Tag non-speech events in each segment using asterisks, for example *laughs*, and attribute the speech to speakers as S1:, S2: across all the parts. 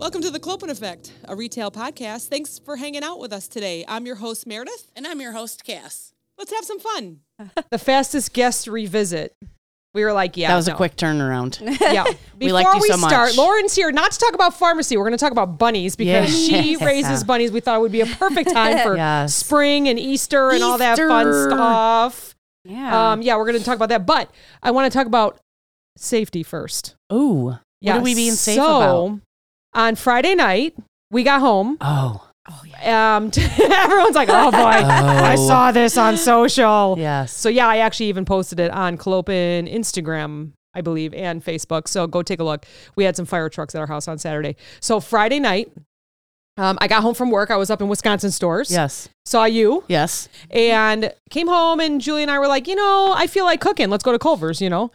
S1: Open Effect, a retail podcast. Thanks for hanging out with us today. I'm your host, Meredith.
S2: And I'm your host, Cass.
S1: Let's have some fun.
S3: *laughs* the fastest guest revisit. We were like, yeah,
S4: That was a
S3: no.
S4: quick turnaround.
S3: *laughs* Yeah, before
S4: *laughs* We liked you so much.
S3: start, Lauren's here not to talk about pharmacy. We're going to talk about bunnies because she
S4: Yes.
S3: raises bunnies. We thought it would be a perfect time for
S4: *laughs* Yes.
S3: spring and Easter and all that fun
S4: Easter.
S3: stuff.
S4: Yeah.
S3: Um, yeah, we're going to talk about that, but I want to talk about safety first.
S4: Ooh. What are we being safe
S3: so,
S4: about?
S3: On Friday night, we got home.
S4: Oh.
S3: Um, *laughs* everyone's like, "Oh boy, I
S4: Oh.
S3: saw this on social."
S4: Yes.
S3: So yeah, I actually even posted it on Clopin Instagram, I believe, and Facebook. So go take a look. We had some fire trucks at our house on Saturday. So Friday night, um, I got home from work. I was up in Wisconsin stores.
S4: yes.
S3: Saw you
S4: Yes.
S3: and came home, and Julie and I were like, you know, I feel like cooking. Let's go to Culver's. You know.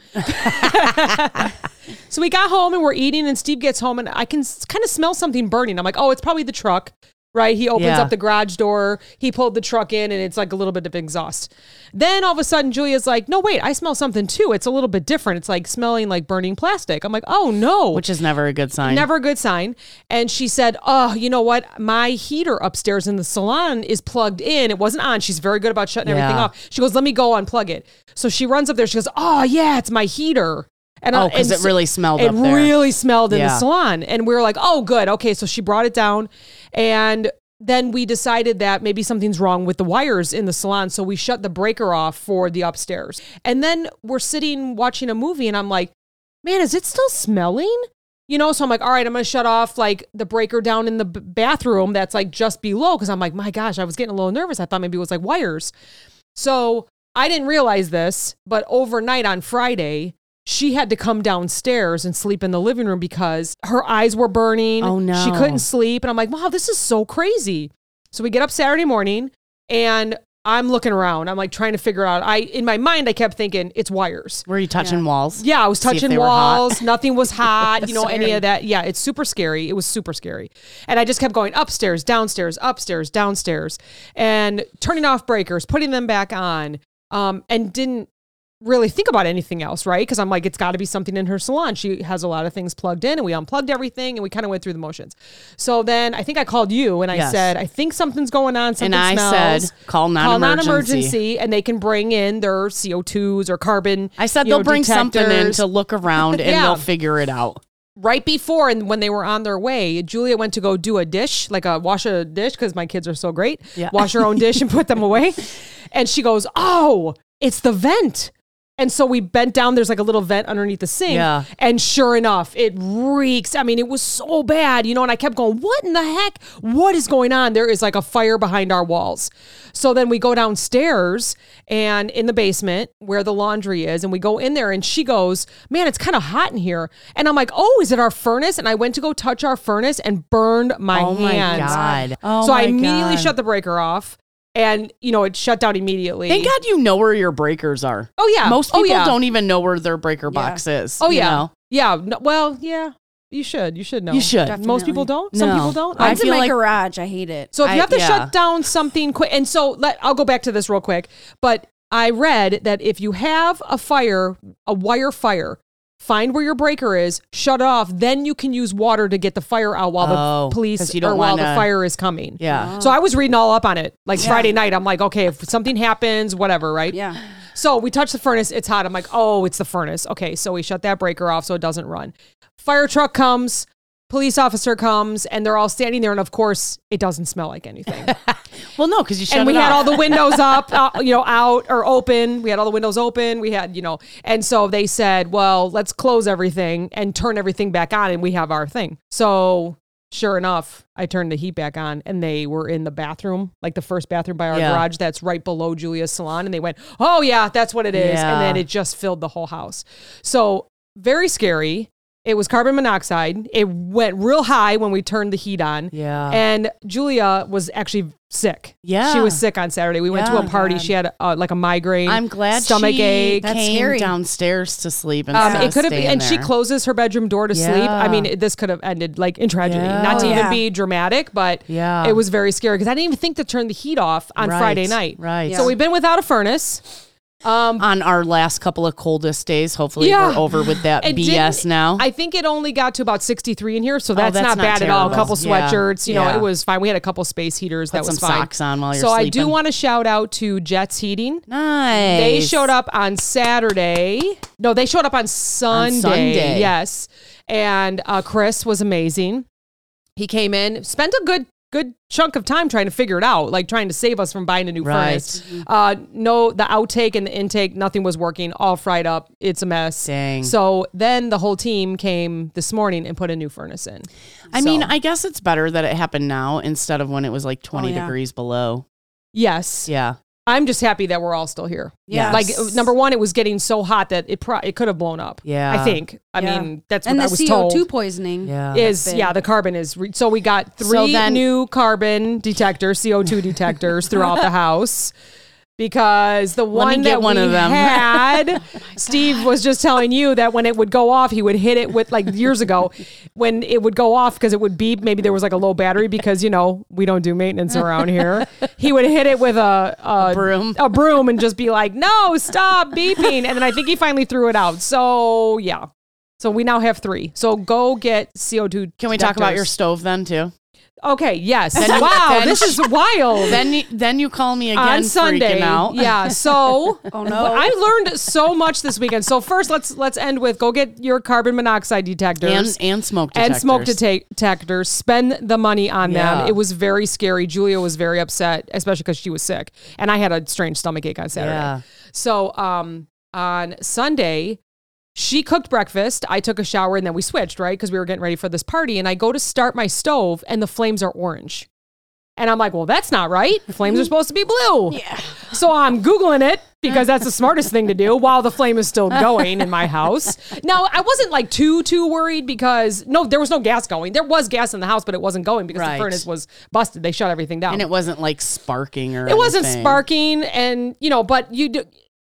S3: so we got home and we're eating, and Steve gets home, and I can kind of smell something burning. I'm like, oh, it's probably the truck. Right, he opens
S4: Yeah.
S3: up the garage door. He pulled the truck in, and it's like a little bit of exhaust. Then all of a sudden, Julia's like, "No, wait, I smell something too. It's a little bit different. It's like smelling like burning plastic." I'm like, "Oh no!"
S4: Which is never a good sign.
S3: Never a good sign. And she said, Oh, you know what? My heater upstairs in the salon is plugged in. It wasn't on. She's very good about shutting everything
S4: Yeah.
S3: off. She goes, Let me go unplug it. So she runs up there. She goes, Oh, yeah, it's my heater. And
S4: Oh,
S3: I-
S4: 'cause
S3: and
S4: it really smelled
S3: It
S4: up there.
S3: really smelled in the
S4: Yeah.
S3: salon. And we were like, Oh, good. Okay. So she brought it down. And then we decided that maybe something's wrong with the wires in the salon. So we shut the breaker off for the upstairs. And then we're sitting watching a movie, and I'm like, man, is it still smelling? You know, so I'm like, all right, I'm gonna shut off like the breaker down in the b- bathroom that's like just below because I'm like, my gosh, I was getting a little nervous. I thought maybe it was like wires. So I didn't realize this, but overnight on Friday, she had to come downstairs and sleep in the living room because her eyes were burning.
S4: Oh, no.
S3: She couldn't sleep. And I'm like, wow, this is so crazy. So we get up Saturday morning and I'm looking around. I'm like trying to figure out. I in my mind I kept thinking it's wires.
S4: Were you touching walls?
S3: Yeah, I was
S4: See if
S3: touching
S4: they were hot.
S3: walls. Nothing
S4: *laughs*
S3: was hot, you know, any
S4: Scary.
S3: of that. Yeah, it's super scary. It was super scary. And I just kept going upstairs, downstairs, upstairs, downstairs, and turning off breakers, putting them back on, um, and didn't really think about anything else, right? Because I'm like, it's got to be something in her salon. She has a lot of things plugged in, and we unplugged everything, and we kind of went through the motions. So then I think I called you, and I
S4: Yes.
S3: said, I think something's going on. Something
S4: And I
S3: smells.
S4: said, call
S3: Call
S4: non-emergency.
S3: non-emergency, and they can bring in their CO2s or carbon.
S4: I said
S3: you
S4: they'll
S3: know,
S4: bring something in
S3: detectors."
S4: to look around
S3: *laughs*
S4: and
S3: Yeah.
S4: they'll figure it out.
S3: right before and when they were on their way julia went to go do a dish like a wash a dish because my kids are so great
S4: Yeah.
S3: wash her
S4: *laughs*
S3: own dish and put them away and she goes oh it's the vent and so we bent down there's like a little vent underneath the sink
S4: Yeah.
S3: and sure enough it reeks i mean it was so bad you know and i kept going what in the heck what is going on there is like a fire behind our walls so then we go downstairs and in the basement where the laundry is and we go in there and she goes man it's kind of hot in here and i'm like oh is it our furnace and i went to go touch our furnace and burned my
S4: oh my
S3: hands
S4: god. Oh
S3: so I
S4: my
S3: immediately
S4: God.
S3: shut the breaker off, and you know it shut down immediately.
S4: Thank God you know where your breakers are.
S3: Oh yeah,
S4: Most people
S3: oh, yeah.
S4: don't even know where their breaker box is.
S3: Oh
S4: you
S3: yeah,
S4: know?
S3: yeah. No, well, yeah. You should. You should know.
S4: You should.
S3: Most
S2: Definitely.
S3: people don't. Some
S4: No.
S3: people don't.
S4: I
S3: I
S2: Mine's in
S4: feel
S2: my
S4: like-
S2: garage. I hate it.
S3: So if
S4: I-
S3: you have to
S4: yeah.
S3: shut down something quick, and so let I'll go back to this real quick. But I read that if you have a fire, a wire fire, find where your breaker is, shut it off, then you can use water to get the fire out while
S4: Oh,
S3: the
S4: 'cause
S3: police
S4: you don't
S3: or while the
S4: wanna-
S3: fire is coming.
S4: Yeah.
S3: So I was reading all up on it, like Friday night. I'm like, okay, if something happens, whatever, right?
S2: Yeah.
S3: So we touch the furnace. It's hot. I'm like, oh, it's the furnace. Okay, so we shut that breaker off so it doesn't run. Fire truck comes, police officer comes, and they're all standing there. And of course, it doesn't smell like anything.
S4: Well, no, because you shut
S3: and we
S4: it
S3: had all
S4: off.
S3: the
S4: *laughs*
S3: windows up, uh, you know, out or open. We had all the windows open. We had, you know, and so they said, well, let's close everything and turn everything back on, and we have our thing. So. Sure enough, I turned the heat back on and they were in the bathroom, like the first bathroom by our
S4: Yeah.
S3: garage that's right below Julia's salon. And they went, Oh, yeah, that's what it is. And then
S4: Yeah.
S3: it just filled the whole house. So, very scary. It was carbon monoxide. It went real high when we turned the heat on.
S4: Yeah.
S3: And Julia was actually sick.
S4: Uh-huh. Yeah.
S3: She was sick on Saturday. We went to
S4: Yeah.
S3: a party. She had uh, like a migraine.
S4: I'm glad
S3: stomach
S4: she
S3: ache.
S2: That's
S4: came
S2: scary.
S4: downstairs to sleep and
S3: Um,
S4: instead
S3: it
S4: of
S3: could have been,
S4: staying
S3: and she
S4: there.
S3: closes her bedroom door to sleep. I
S4: Yeah.
S3: mean, it- this could have ended like in tragedy.
S4: Yeah.
S3: Not to
S4: Oh,
S3: even
S2: yeah.
S3: be dramatic, but
S4: Yeah.
S3: it was very scary because I didn't even think to turn the heat off on
S4: Right,
S3: Friday night.
S4: Right.
S3: So we've been without a furnace. Um,
S4: on our last couple of coldest days. Hopefully,
S3: Yeah.
S4: we're over with that
S3: It
S4: BS
S3: didn't-
S4: now. Oh,
S3: I think it only got to about 63 in here, so that's,
S4: that's
S3: not,
S4: not
S3: bad at all. A
S4: terrible.
S3: couple
S4: Yeah.
S3: sweatshirts, you know,
S4: Yeah.
S3: it was fine. We had a couple space heaters. that was
S4: some
S3: fine.
S4: socks on while you're
S3: so I do
S4: sleeping.
S3: want to shout out to Jets Heating.
S4: nice.
S3: They showed up on Saturday. No, they showed up on Sunday.
S4: Sunday.
S3: Yes, and uh, Chris was amazing. He came in, spent a good good chunk of time trying to figure it out, like trying to save us from buying a new
S4: Right. Mm-hmm.
S3: furnace. Uh, no, the outtake and the intake, nothing was working. All fried up. It's a mess.
S4: Dang.
S3: So then the whole team came this morning and put a new furnace in.
S4: I
S3: So- Oh,
S4: mean, I guess it's better that it happened now instead of when it was like 20
S2: yeah.
S4: degrees below.
S3: yes,
S4: Yeah.
S3: I'm just happy that we're all still here.
S2: Yeah.
S3: Like uh, number one, it was getting so hot that it pro- it could have blown up.
S4: Yeah.
S3: I think. I
S2: Yeah.
S3: mean, that's
S2: and
S3: what
S2: the
S3: I was
S2: CO2
S3: told.
S2: poisoning.
S4: Yeah.
S3: Is
S2: big.
S3: yeah, the carbon is re- so we got three
S4: then-
S3: new carbon detectors, CO
S4: *laughs*
S3: two detectors throughout the house because the
S4: Let me
S3: one
S4: get
S3: that
S4: one
S3: we
S4: of them. *laughs* Oh
S3: had, *laughs* Steve was just telling you that when it would go off, he would hit it with like years ago when it would go off because it would beep. Maybe there was like a low battery because you know we don't do maintenance around here. He would hit it with a, a,
S4: broom.
S3: a broom, and just be like, "No, stop beeping!" And then I think he finally threw it out. So yeah. So we now have three. So go get CO2.
S4: Can we talk about your
S3: detectors.
S4: stove then too?
S3: Okay. Yes. wow.
S4: then-
S3: this is wild.
S4: Then you, then you call me again
S3: on Sunday.
S4: freaking out. *laughs*
S3: Yeah. So
S2: Oh
S3: but
S2: no.
S3: I learned so much this weekend. So first, let's let's end with go get your carbon monoxide detectors.
S4: And and smoke
S3: and
S4: detectors.
S3: smoke detec- detectors. Spend the money on
S4: Yeah.
S3: them. It was very scary. Julia was very upset, especially because she was sick, and I had a strange stomach ache on Saturday.
S4: Yeah.
S3: So um, on Sunday, she cooked breakfast. I took a shower, and then we switched right because we were getting ready for this party. And I go to start my stove, and the flames are orange. And I'm like, well, that's not right. Flames are supposed to be blue. Yeah. So I'm Googling it because that's the smartest thing to do while the flame is still going in my house. Now, I wasn't like too, too worried because no, there was no gas going. There was gas in the house, but it wasn't going because
S4: Right.
S3: the furnace was busted. They shut everything down.
S4: And it wasn't like sparking or
S3: It wasn't
S4: anything.
S3: sparking, and you know, but you do.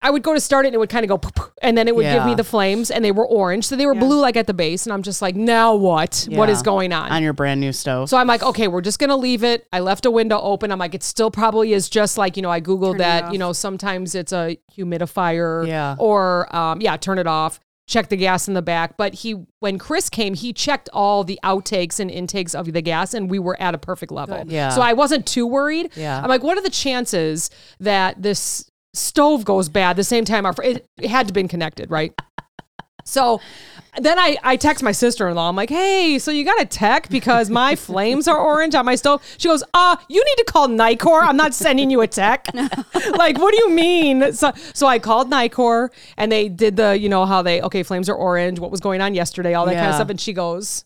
S3: I would go to start it, and it would kind of go, "Pop," and then it would give
S4: Yeah.
S3: me the flames, and they were orange, so they were blue like at the base, and I'm just like, now what? What is
S4: Yeah.
S3: going on?
S4: on your brand new stove.
S3: so I'm like, okay, we're just gonna leave it. I left a window open. I'm like, it still probably is just like you know, I googled
S2: it
S3: that.
S2: off.
S3: You know, sometimes it's a humidifier,
S4: Yeah.
S3: or um, yeah, turn it off. Check the gas in the back. But he, when Chris came, he checked all the outtakes and intakes of the gas, and we were at a perfect level.
S4: Good. Yeah.
S3: So I wasn't too worried.
S4: Yeah.
S3: I'm like, what are the chances that this stove goes bad the same time our fr- it, it had to been connected, right? So then I, I text my sister in law. I'm like, hey, so you got a tech because my
S2: *laughs*
S3: flames are orange on my stove. She goes, uh, you need to call Nicor. I'm not sending you a
S2: *laughs*
S3: tech. *laughs* like, what do you mean? So, so I called Nicor and they did the, you know, how they, okay, flames are orange, what was going on yesterday, all that kind of
S4: Yeah.
S3: stuff. And she goes,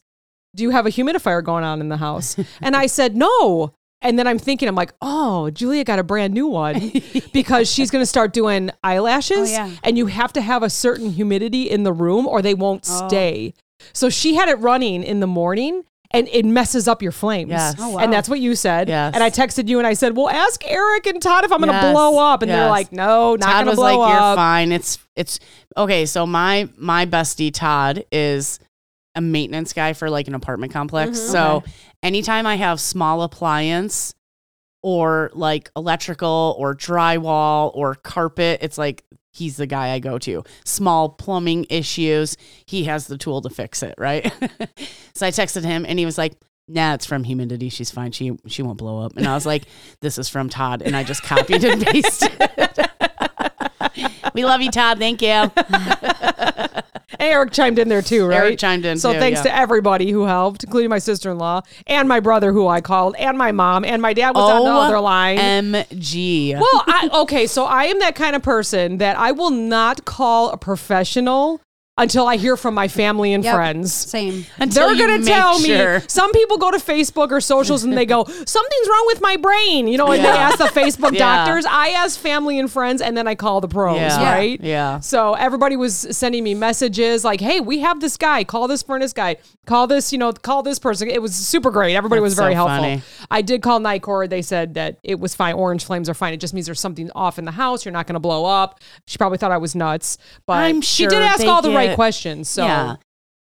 S3: do you have a humidifier going on in the
S2: *laughs*
S3: house? And I said, no. And then I'm thinking, I'm like, oh, Julia got a brand new
S2: *laughs*
S3: one because she's going to start doing eyelashes.
S2: Oh, yeah.
S3: And you have to have a certain humidity in the room or they won't
S4: Oh.
S3: stay. So she had it running in the morning and it messes up your flames.
S4: Yes. Oh,
S3: And that's what you said.
S4: Yes.
S3: And I texted you and I said, well, ask Eric and Todd if I'm going to
S4: Yes.
S3: blow up. And they're
S4: Yes.
S3: like, no, not
S4: Todd
S3: going to
S4: was
S3: blow
S4: like, "You're
S3: up.
S4: fine." It's it's okay. So my my bestie Todd is a maintenance guy for like an apartment complex. So anytime I have small appliance or like electrical or drywall or carpet, it's like he's the guy I go to. Small plumbing issues, he has the tool to fix it, right? *laughs* so I texted him and he was like. Nah, it's from humidity. She's fine. She she won't blow up. And I was like, "This is from Todd," and I just copied and pasted. *laughs* We love you, Todd. Thank you.
S3: And Eric chimed in there too, right?
S4: Eric chimed in
S3: So
S4: too,
S3: thanks
S4: yeah.
S3: to everybody who helped, including my sister in law and my brother who I called, and my mom, and my dad was on
S4: Oh,
S3: the other line.
S4: MG.
S3: *laughs* well, I, okay, so I am that kind of person that I will not call a professional until I hear from my family and
S2: Yep.
S3: friends.
S2: Same.
S4: *laughs* Until
S3: They're
S4: you
S3: going to
S4: make
S3: tell
S4: sure.
S3: me. Some people go to Facebook or socials and they go, something's wrong with my brain. You know, and they
S4: Yeah.
S3: ask the Facebook
S4: *laughs* Yeah.
S3: doctors. I ask family and friends, and then I call the pros,
S4: Yeah.
S3: right?
S4: Yeah.
S3: So everybody was sending me messages like, hey, we have this guy. Call this furnace guy. Call this, you know, call this person. It was super great. Everybody was
S4: That's
S3: very
S4: so
S3: helpful.
S4: funny.
S3: I did call Nicor. They said that it was fine. Orange flames are fine. It just means there's something off in the house. You're not going to blow up. She probably thought I was nuts, but
S4: I'm
S3: she
S4: sure
S3: did ask
S4: they
S3: all the right
S4: get-
S3: questions. So.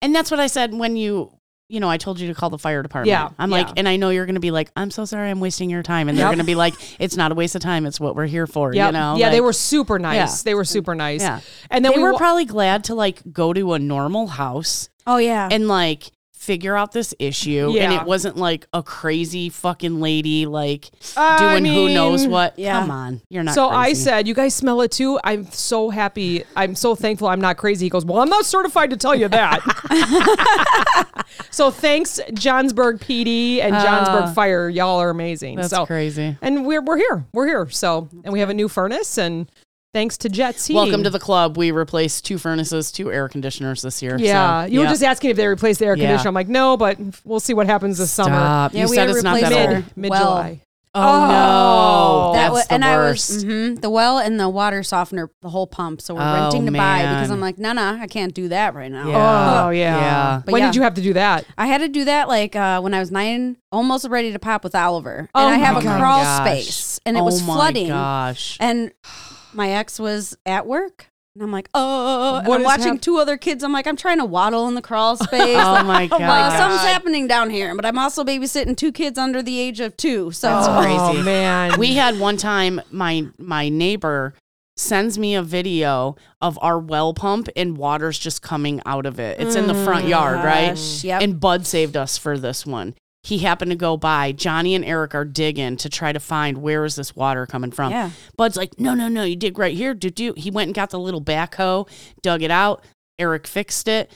S4: And that's what I said when you you know, I told you to call the fire department.
S3: Yeah,
S4: I'm
S3: yeah.
S4: like, and I know you're going to be like, I'm so sorry, I'm wasting your time. And they're
S3: Yep.
S4: going to be like, it's not a waste of time. It's what we're here for.
S3: Yep.
S4: You know?
S3: yeah, they
S4: Like,
S3: were super nice.
S4: Yeah.
S3: They were super nice.
S4: Yeah.
S3: And then
S4: they
S3: we
S4: were
S3: wa-
S4: probably glad to like go to a normal house
S2: Oh yeah.
S4: and like figure out this issue. And
S3: Uh-huh. Yeah.
S4: it wasn't like a crazy fucking lady like
S3: I
S4: doing who knows
S3: mean-
S4: what.
S2: yeah.
S4: Come on. You're not
S3: So I
S4: crazy.
S3: said, "You guys smell it too." I'm so happy. I'm so thankful. I'm not crazy. He goes, "Well, I'm not certified to tell you
S4: *laughs*
S3: that." so thanks, Johnsburg PD and Johnsburg Fire. Y'all are amazing.
S4: Uh, That's
S3: so
S4: crazy.
S3: and we're we're here. We're here. So and we have a new furnace and thanks to Jets Heating.
S4: Welcome to the club. We replaced two furnaces, two air conditioners this year.
S3: yeah.
S4: so,
S3: you were
S4: yeah.
S3: just asking if they replaced the air
S4: Yeah.
S3: conditioner. I'm like, no, but we'll see what happens this summer.
S4: Stop. you said it's not that
S2: replacing
S4: old.
S2: our
S3: Mid mid July.
S4: Oh,
S3: Oh.
S4: no.
S2: That
S4: That's
S2: was,
S4: the
S2: and
S4: worst.
S2: I was mhm, the well and the water softener, the whole pump. So we're
S4: Oh,
S2: renting to buy because
S4: man.
S2: I'm like, no, no, I can't do that right now.
S4: Yeah.
S3: Oh yeah.
S4: Yeah.
S2: But
S3: when
S2: yeah.
S3: did you have to do that?
S2: I had to do that like uh, when I was nine, almost ready to pop with Oliver,
S3: Oh
S2: and I have
S3: my
S2: a
S3: gosh.
S2: crawl space, and it was
S4: oh my
S2: flooding,
S4: Gosh.
S2: and my ex was at work. And I'm like, oh, and
S3: What
S2: I'm
S3: is
S2: watching
S3: hap-
S2: two other kids. I'm like, I'm trying to waddle in the crawl
S4: *laughs*
S2: space. *laughs*
S4: Oh my
S2: Uh,
S4: god.
S2: something's happening down here, but I'm also babysitting two kids under the age of two. So
S4: That's crazy.
S3: Oh man.
S4: we had one time my my neighbor sends me a video of our well pump and water's just coming out of it. It's in the front yard, right?
S2: Mm, Gosh, yep.
S4: And Bud saved us for this one. He happened to go by. Johnny and Eric are digging to try to find where is this water coming from.
S2: *laughs* Yeah.
S4: Bud's like, no, no, no, you dig right here. Do do. He went and got the little backhoe, dug it out. Eric fixed it.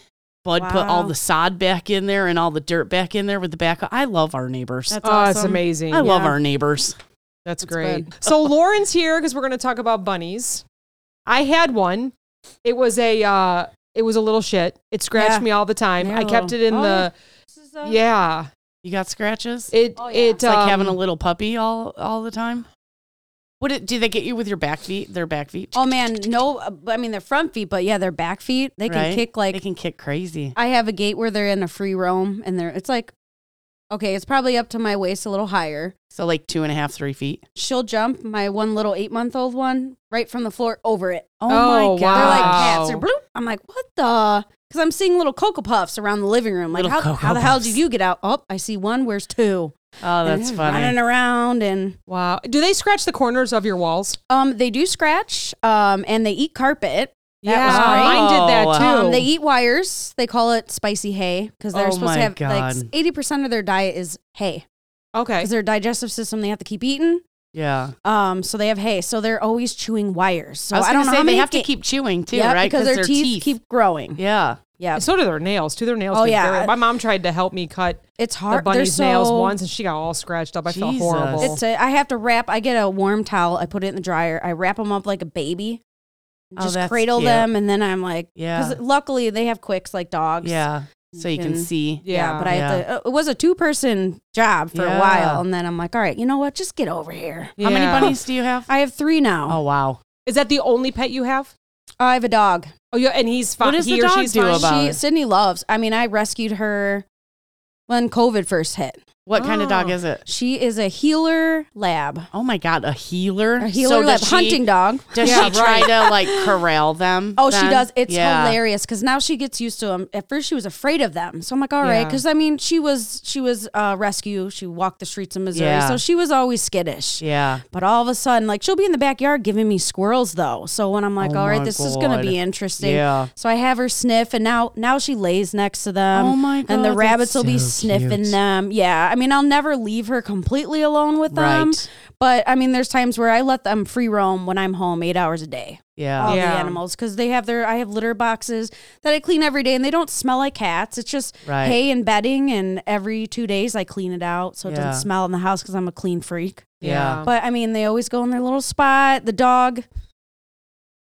S4: Bud put all
S2: Wow.
S4: the sod back in there and all the dirt back in there with the backhoe. I love our neighbors.
S2: That's
S3: oh, it's
S2: awesome.
S3: amazing.
S4: I love
S2: yeah.
S4: our neighbors.
S3: That's, great.
S2: good.
S3: So Lauren's here because we're going to talk about bunnies. I had one. It was a uh, it was a little shit. It scratched
S2: Yeah.
S3: me all the time. I
S4: Yeah.
S3: kept it in
S4: Oh,
S3: the
S2: This is, uh,
S3: yeah.
S4: You got scratches?
S3: It
S2: Oh, yeah.
S3: it
S4: It's like having a
S3: um,
S4: little puppy all all the time. What it, do they get you with your back feet? Their back feet?
S2: Oh man, no. uh, I mean, their front feet, but yeah, their back feet. They can
S4: Right?
S2: kick
S4: they
S2: like
S4: can kick crazy.
S2: I have a gate where they're in a free roam, and they're it's like, okay, it's probably up to my waist, a little higher.
S4: So like two and a half, three feet.
S2: She'll jump my one little eight month old one right from the floor over it.
S4: Oh,
S3: Oh,
S4: my
S2: They're
S4: god!
S2: like
S3: Wow.
S2: cats. Or bloop. I'm like, what the? Because I'm seeing little cocoa puffs around the living room. Like,
S4: Little
S2: how,
S4: Cocoa
S2: how the hell
S4: Puffs.
S2: did you get out? Oh, I see one. Where's two?
S4: Oh,
S2: And
S4: that's
S2: they're
S4: funny.
S2: Running around and
S3: wow. Do they scratch the corners of your walls?
S2: um, they do scratch um, and they eat carpet. That was great.
S3: mine did that too.
S2: Um, they eat wires. They call it spicy hay because they're
S4: Oh
S2: supposed to
S4: my
S2: have
S4: God.
S2: like eighty percent of their diet is hay
S3: okay.
S2: because their digestive system they have to keep eating.
S4: Yeah.
S2: Um, so they have hay, so they're always chewing wires. So
S4: I, was
S2: I,
S4: gonna
S2: don't know
S4: say
S2: how
S4: they
S2: many
S4: have to
S2: ga-
S4: keep chewing too,
S2: Yep,
S4: right?
S2: because their, teeth, keep growing.
S4: Yeah.
S2: Yeah,
S3: And so do their nails too. Their nails.
S2: Oh,
S3: get
S2: yeah.
S3: very- my mom tried to help me cut
S2: it's
S3: the
S2: hard. They're
S3: bunny's
S2: so,
S3: nails once, and she got all scratched up. I felt
S4: Jesus.
S3: horrible.
S2: It's a, I have to wrap. I get a warm towel. I put it in the dryer. I wrap them up like a baby.
S4: Oh,
S2: Just
S4: that's
S2: cradle
S4: cute.
S2: them, and then I'm like,
S4: Yeah.
S2: Because luckily they have quicks like dogs.
S4: Yeah. So you can
S2: And-
S4: see.
S2: Yeah,
S3: yeah,
S2: but I had to, uh, it was a two person job for
S4: Yeah.
S2: a while. And then I'm like, all right, you know what? Just get over here.
S3: Yeah.
S4: How many bunnies do you have?
S2: I have three now.
S4: Oh wow.
S3: Is that the only pet you have?
S2: I have a dog.
S3: Oh, yeah, and he's fine.
S4: What does
S3: he
S4: the
S3: or
S4: dog
S3: she's
S4: do
S3: fine?
S4: about-
S2: She,
S4: it.
S2: Sydney loves, I mean, I rescued her when COVID first hit.
S4: What kind of dog
S3: Oh.
S4: is it?
S2: She is a healer lab,
S4: Oh my god, a healer.
S2: a
S4: So
S2: healer
S4: does
S2: lab,
S4: she-
S2: hunting dog.
S4: Does
S3: Yeah,
S4: she try to like corral them?
S2: Oh, she
S4: then?
S2: does. It's
S4: Yeah.
S2: hilarious because now she gets used to them. At first, she was afraid of them. So I'm like, all right,
S3: Yeah.
S2: because I mean, she was she was uh, rescue. She walked the streets of Missouri,
S4: Yeah.
S2: so she was always skittish.
S4: Yeah.
S2: But all of a sudden, like she'll be in the backyard giving me squirrels though. So when I'm like,
S4: Oh
S2: all
S4: my
S2: right, this is gonna
S4: God.
S2: be interesting.
S4: Yeah.
S2: So I have her sniff, and now now she lays next to them.
S4: Oh my
S2: Um, And
S4: God,
S2: the
S4: that's
S2: rabbits will be
S4: so cute.
S2: sniffing them. Yeah, I mean, I'll never leave her completely alone with them.
S4: Right.
S2: But I mean, there's times where I let them free roam when I'm home, eight hours a day.
S4: Yeah.
S2: All
S3: Yeah.
S2: the animals, because they have their I have litter boxes that I clean every day, and they don't smell like cats. It's just
S4: Right.
S2: hay and bedding, and every two days I clean it out so it
S4: Yeah.
S2: doesn't smell in the house because I'm a clean freak.
S4: Yeah.
S2: But I mean, they always go in their little spot. The dog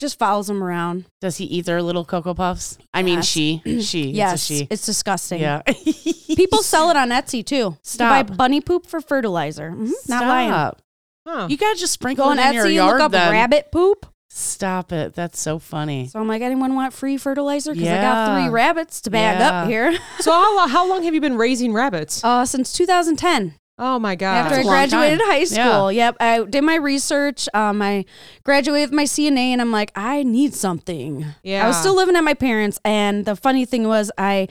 S2: just follows them around.
S4: Does he eat their little Cocoa Puffs? I mean,
S2: Yes.
S4: she. She.
S2: yes,
S4: It's a she.
S2: it's disgusting.
S4: Yeah. *laughs*
S2: People sell it on Etsy too. You buy
S4: Stop.
S2: bunny poop for fertilizer. Mhm, Not
S4: Stop.
S2: lying.
S3: Huh.
S4: You gotta just sprinkle
S2: Go
S4: it
S2: on
S4: in your
S2: Etsy and
S4: yard
S2: look up
S4: then.
S2: rabbit poop.
S4: Stop it. That's so funny.
S2: So I'm like, anyone want free fertilizer? Because I got
S4: Yeah.
S2: three rabbits to bag
S4: Yeah. *laughs*
S2: up here.
S3: so how, lo- how long have you been raising rabbits?
S2: Uh, since 2010,
S3: Oh my god!
S2: after I
S4: That's a long
S2: graduated
S4: time.
S2: high
S4: Yeah.
S2: school. Yep, I did my research. Um, I graduated with my CNA, and I'm like, I need something.
S3: yeah,
S2: I was still living at my parents, and the funny thing was, I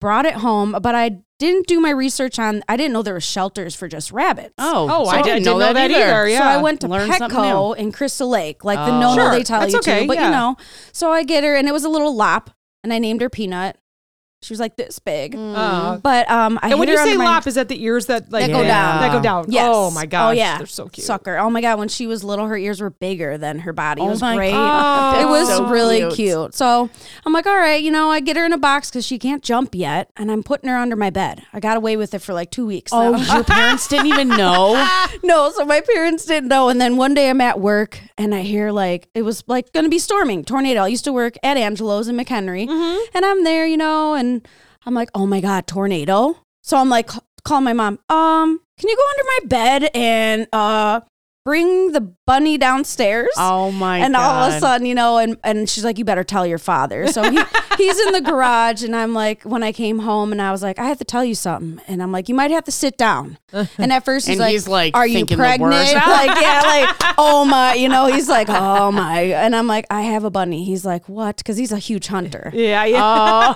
S2: brought it home, but I didn't do my research on. I didn't know there were shelters for just rabbits.
S4: Oh,
S3: Oh,
S4: so
S3: I, did, not know, that either. Yeah.
S2: So I went to
S4: Learn something
S2: Petco in Crystal Lake, like the
S4: Oh.
S2: no no
S3: Sure,
S2: they tell
S3: that's
S2: you
S3: okay,
S2: to, but
S3: yeah.
S2: you know. So I get her, and it was a little lop, and I named her Peanut. She was like this big,
S3: Uh,
S2: but um, I
S3: and when
S2: hid
S3: you
S2: her
S3: say
S2: under my-
S3: lop, is that the ears that like
S2: That go down.
S3: That go down.
S2: Yes.
S3: Oh my gosh.
S2: Oh yeah.
S3: They're so cute.
S2: Sucker. Oh my god. When she was little, her ears were bigger than her body. It
S4: Oh
S2: was
S4: my
S2: great.
S4: God,
S2: It
S4: that's
S2: was
S4: so
S2: really
S4: cute.
S2: cute. *laughs* So I'm like, all right, you know, I get her in a box because she can't jump yet, and I'm putting her under my bed. I got away with it for like two weeks.
S4: Oh,
S2: So-
S4: your parents didn't
S2: *laughs*
S4: even know.
S2: no, so my parents didn't know. And then one day I'm at work and I hear like it was like going to be storming, tornado. I used to work at Angelo's in McHenry, and I'm there, you know, and I'm like, oh my god, tornado. So I'm like, ca- call my mom. Um, can you go under my bed and uh bring the bunny downstairs?
S4: Oh my
S2: and
S4: god.
S2: all of a sudden, you know, and, and she's like, you better tell your father. So
S4: *laughs*
S2: he, he's in the garage. And I'm like, when I came home and I was like, I have to tell you something. And I'm like, you might have to sit
S4: *laughs*
S2: down. And at first he's,
S4: And
S2: like,
S4: he's, like,
S2: are you
S4: thinking the worst. *laughs*
S2: pregnant? like, yeah, like, oh my, you know, he's like, oh my. And I'm like, I have a bunny. He's like, what? Cause he's a huge hunter.
S3: Yeah, yeah.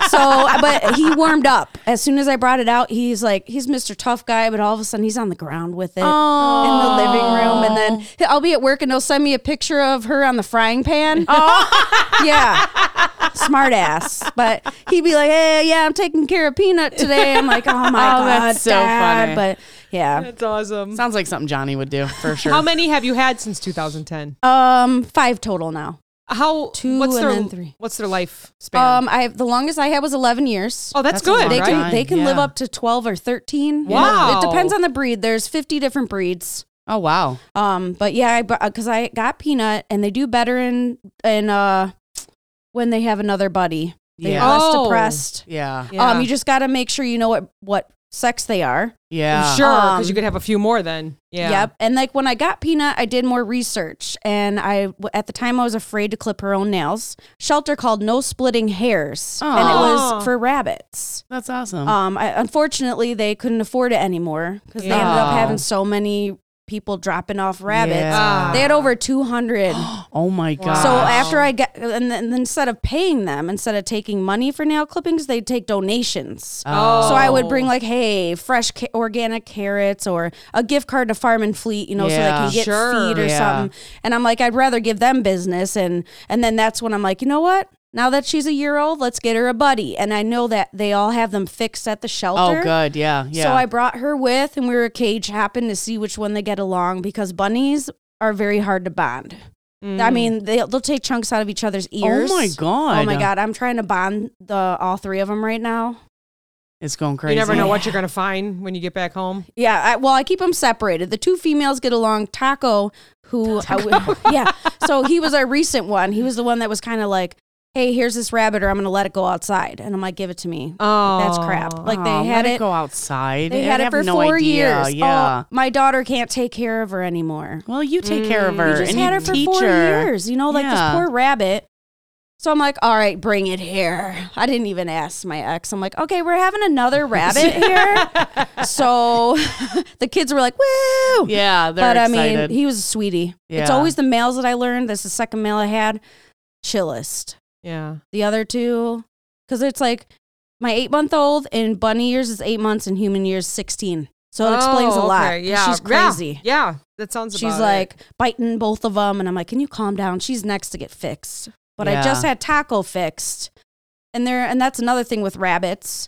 S2: Oh, So, but he warmed up. As soon as I brought it out, he's like, he's Mr. Tough Guy, but all of a sudden he's on the ground with it in the living room. And then he- I'll be at work and he'll send me a picture of her on the frying pan. Oh, *laughs* yeah. Smart ass. But he'd be like, hey, yeah, I'm taking care of Peanut today. I'm like,
S4: *laughs* Oh,
S2: oh my God.
S4: that's so funny.
S2: Dad." But yeah,
S3: *laughs* That's awesome.
S4: sounds like something Johnny would do
S2: *laughs*
S4: for sure.
S3: How many have you had since 2010?
S2: um, five total now.
S3: How
S2: Two
S3: what's
S2: and
S3: their
S2: then three.
S3: what's their life span?
S2: Um, I the longest I had was 11 years.
S3: oh, that's,
S4: that's a
S3: good,
S4: long
S2: They
S3: right?
S2: can
S4: time.
S2: they can live
S4: yeah.
S2: up to twelve or thirteen.
S3: Wow.
S2: it depends on the breed. There's fifty different breeds.
S4: oh wow.
S2: Um, but yeah, I because I got peanut, and they do better in in uh when they have another buddy. They're
S4: Yeah. Oh.
S2: less
S3: Oh.
S2: depressed.
S4: Yeah.
S2: Um, you just got to make sure you know what what sex they are.
S4: Yeah.
S3: sure, because
S2: um,
S3: you could have a few more then. Yeah.
S2: Yep. And like when I got peanut, I did more research, and I at the time I was afraid to clip her own nails. Shelter called no splitting hairs, and it
S3: Aw.
S4: Oh.
S2: was for rabbits.
S4: That's awesome.
S2: Um, I, unfortunately, they couldn't afford it anymore because they ended up
S4: Yeah.
S2: having so many people dropping off rabbits.
S4: Yeah.
S2: They had over 200.
S4: *gasps* oh my god.
S2: so after I got, and then instead of paying them, instead of taking money for nail clippings, they'd take donations.
S4: Oh.
S2: So I would bring like, hey, fresh ca- organic carrots or a gift card to Farm and Fleet, you know, so
S4: Yeah.
S2: they can get
S3: Sure.
S2: feed or
S4: Yeah.
S2: something. And I'm like, I'd rather give them business, and and then that's when I'm like, you know what? Now that she's a year old, let's get her a buddy. And I know that they all have them fixed at the shelter.
S4: Oh good. Yeah. Yeah.
S2: So I brought her with, and we were cage hopping to see which one they get along because bunnies are very hard to bond. I
S3: Mm.
S2: mean, they, they'll take chunks out of each other's ears.
S4: Hmm. Oh my god.
S2: Oh my god! I'm trying to bond the all three of them right now.
S4: It's going crazy.
S3: You never know what you're gonna find when you get back home.
S2: Yeah, I, well, I keep them separated. The two females get along. Taco, who, I would- *laughs* yeah, so he was our recent one. He was the one that was kind of like, "Hey, here's this rabbit, or I'm gonna let it go outside," and I'm like, "Give it to me."
S3: Oh,
S2: That's crap. Like
S4: Aw,
S2: they
S4: let
S2: had it.
S4: go outside.
S2: They had
S4: I
S2: it
S4: have
S2: for
S4: no
S2: four
S4: idea.
S2: years.
S4: Yeah.
S2: Oh, my daughter can't take care of her anymore.
S4: Well, you take care of
S3: Mm.
S4: her.
S3: You
S2: Just
S4: and
S2: had
S4: you
S2: her for
S4: teach
S2: four
S4: her.
S2: years. You know, like
S4: Yeah.
S2: this poor rabbit. So I'm like, all right, bring it here. I didn't even ask my ex. I'm like, okay, we're having another
S4: *laughs*
S2: rabbit here. so *laughs* the kids were like, woo.
S4: Yeah, they're
S2: but
S4: excited.
S2: I mean, he was a sweetie. It's
S4: Yeah.
S2: always the males that I learned. That's the second male I had. Chillest.
S3: *laughs* Yeah.
S2: The other two, because it's like my eight month old and bunny years is eight months and human years 16. So it explains a
S3: Oh,
S2: lot.
S3: okay. Yeah.
S2: She's
S3: Yeah.
S2: crazy.
S3: Yeah. That sounds.
S2: She's
S3: about
S2: like
S3: it.
S2: biting both of them. And I'm like, can you calm down? She's next to get fixed. But I just
S4: Yeah.
S2: had taco fixed. And there, and that's another thing with rabbits.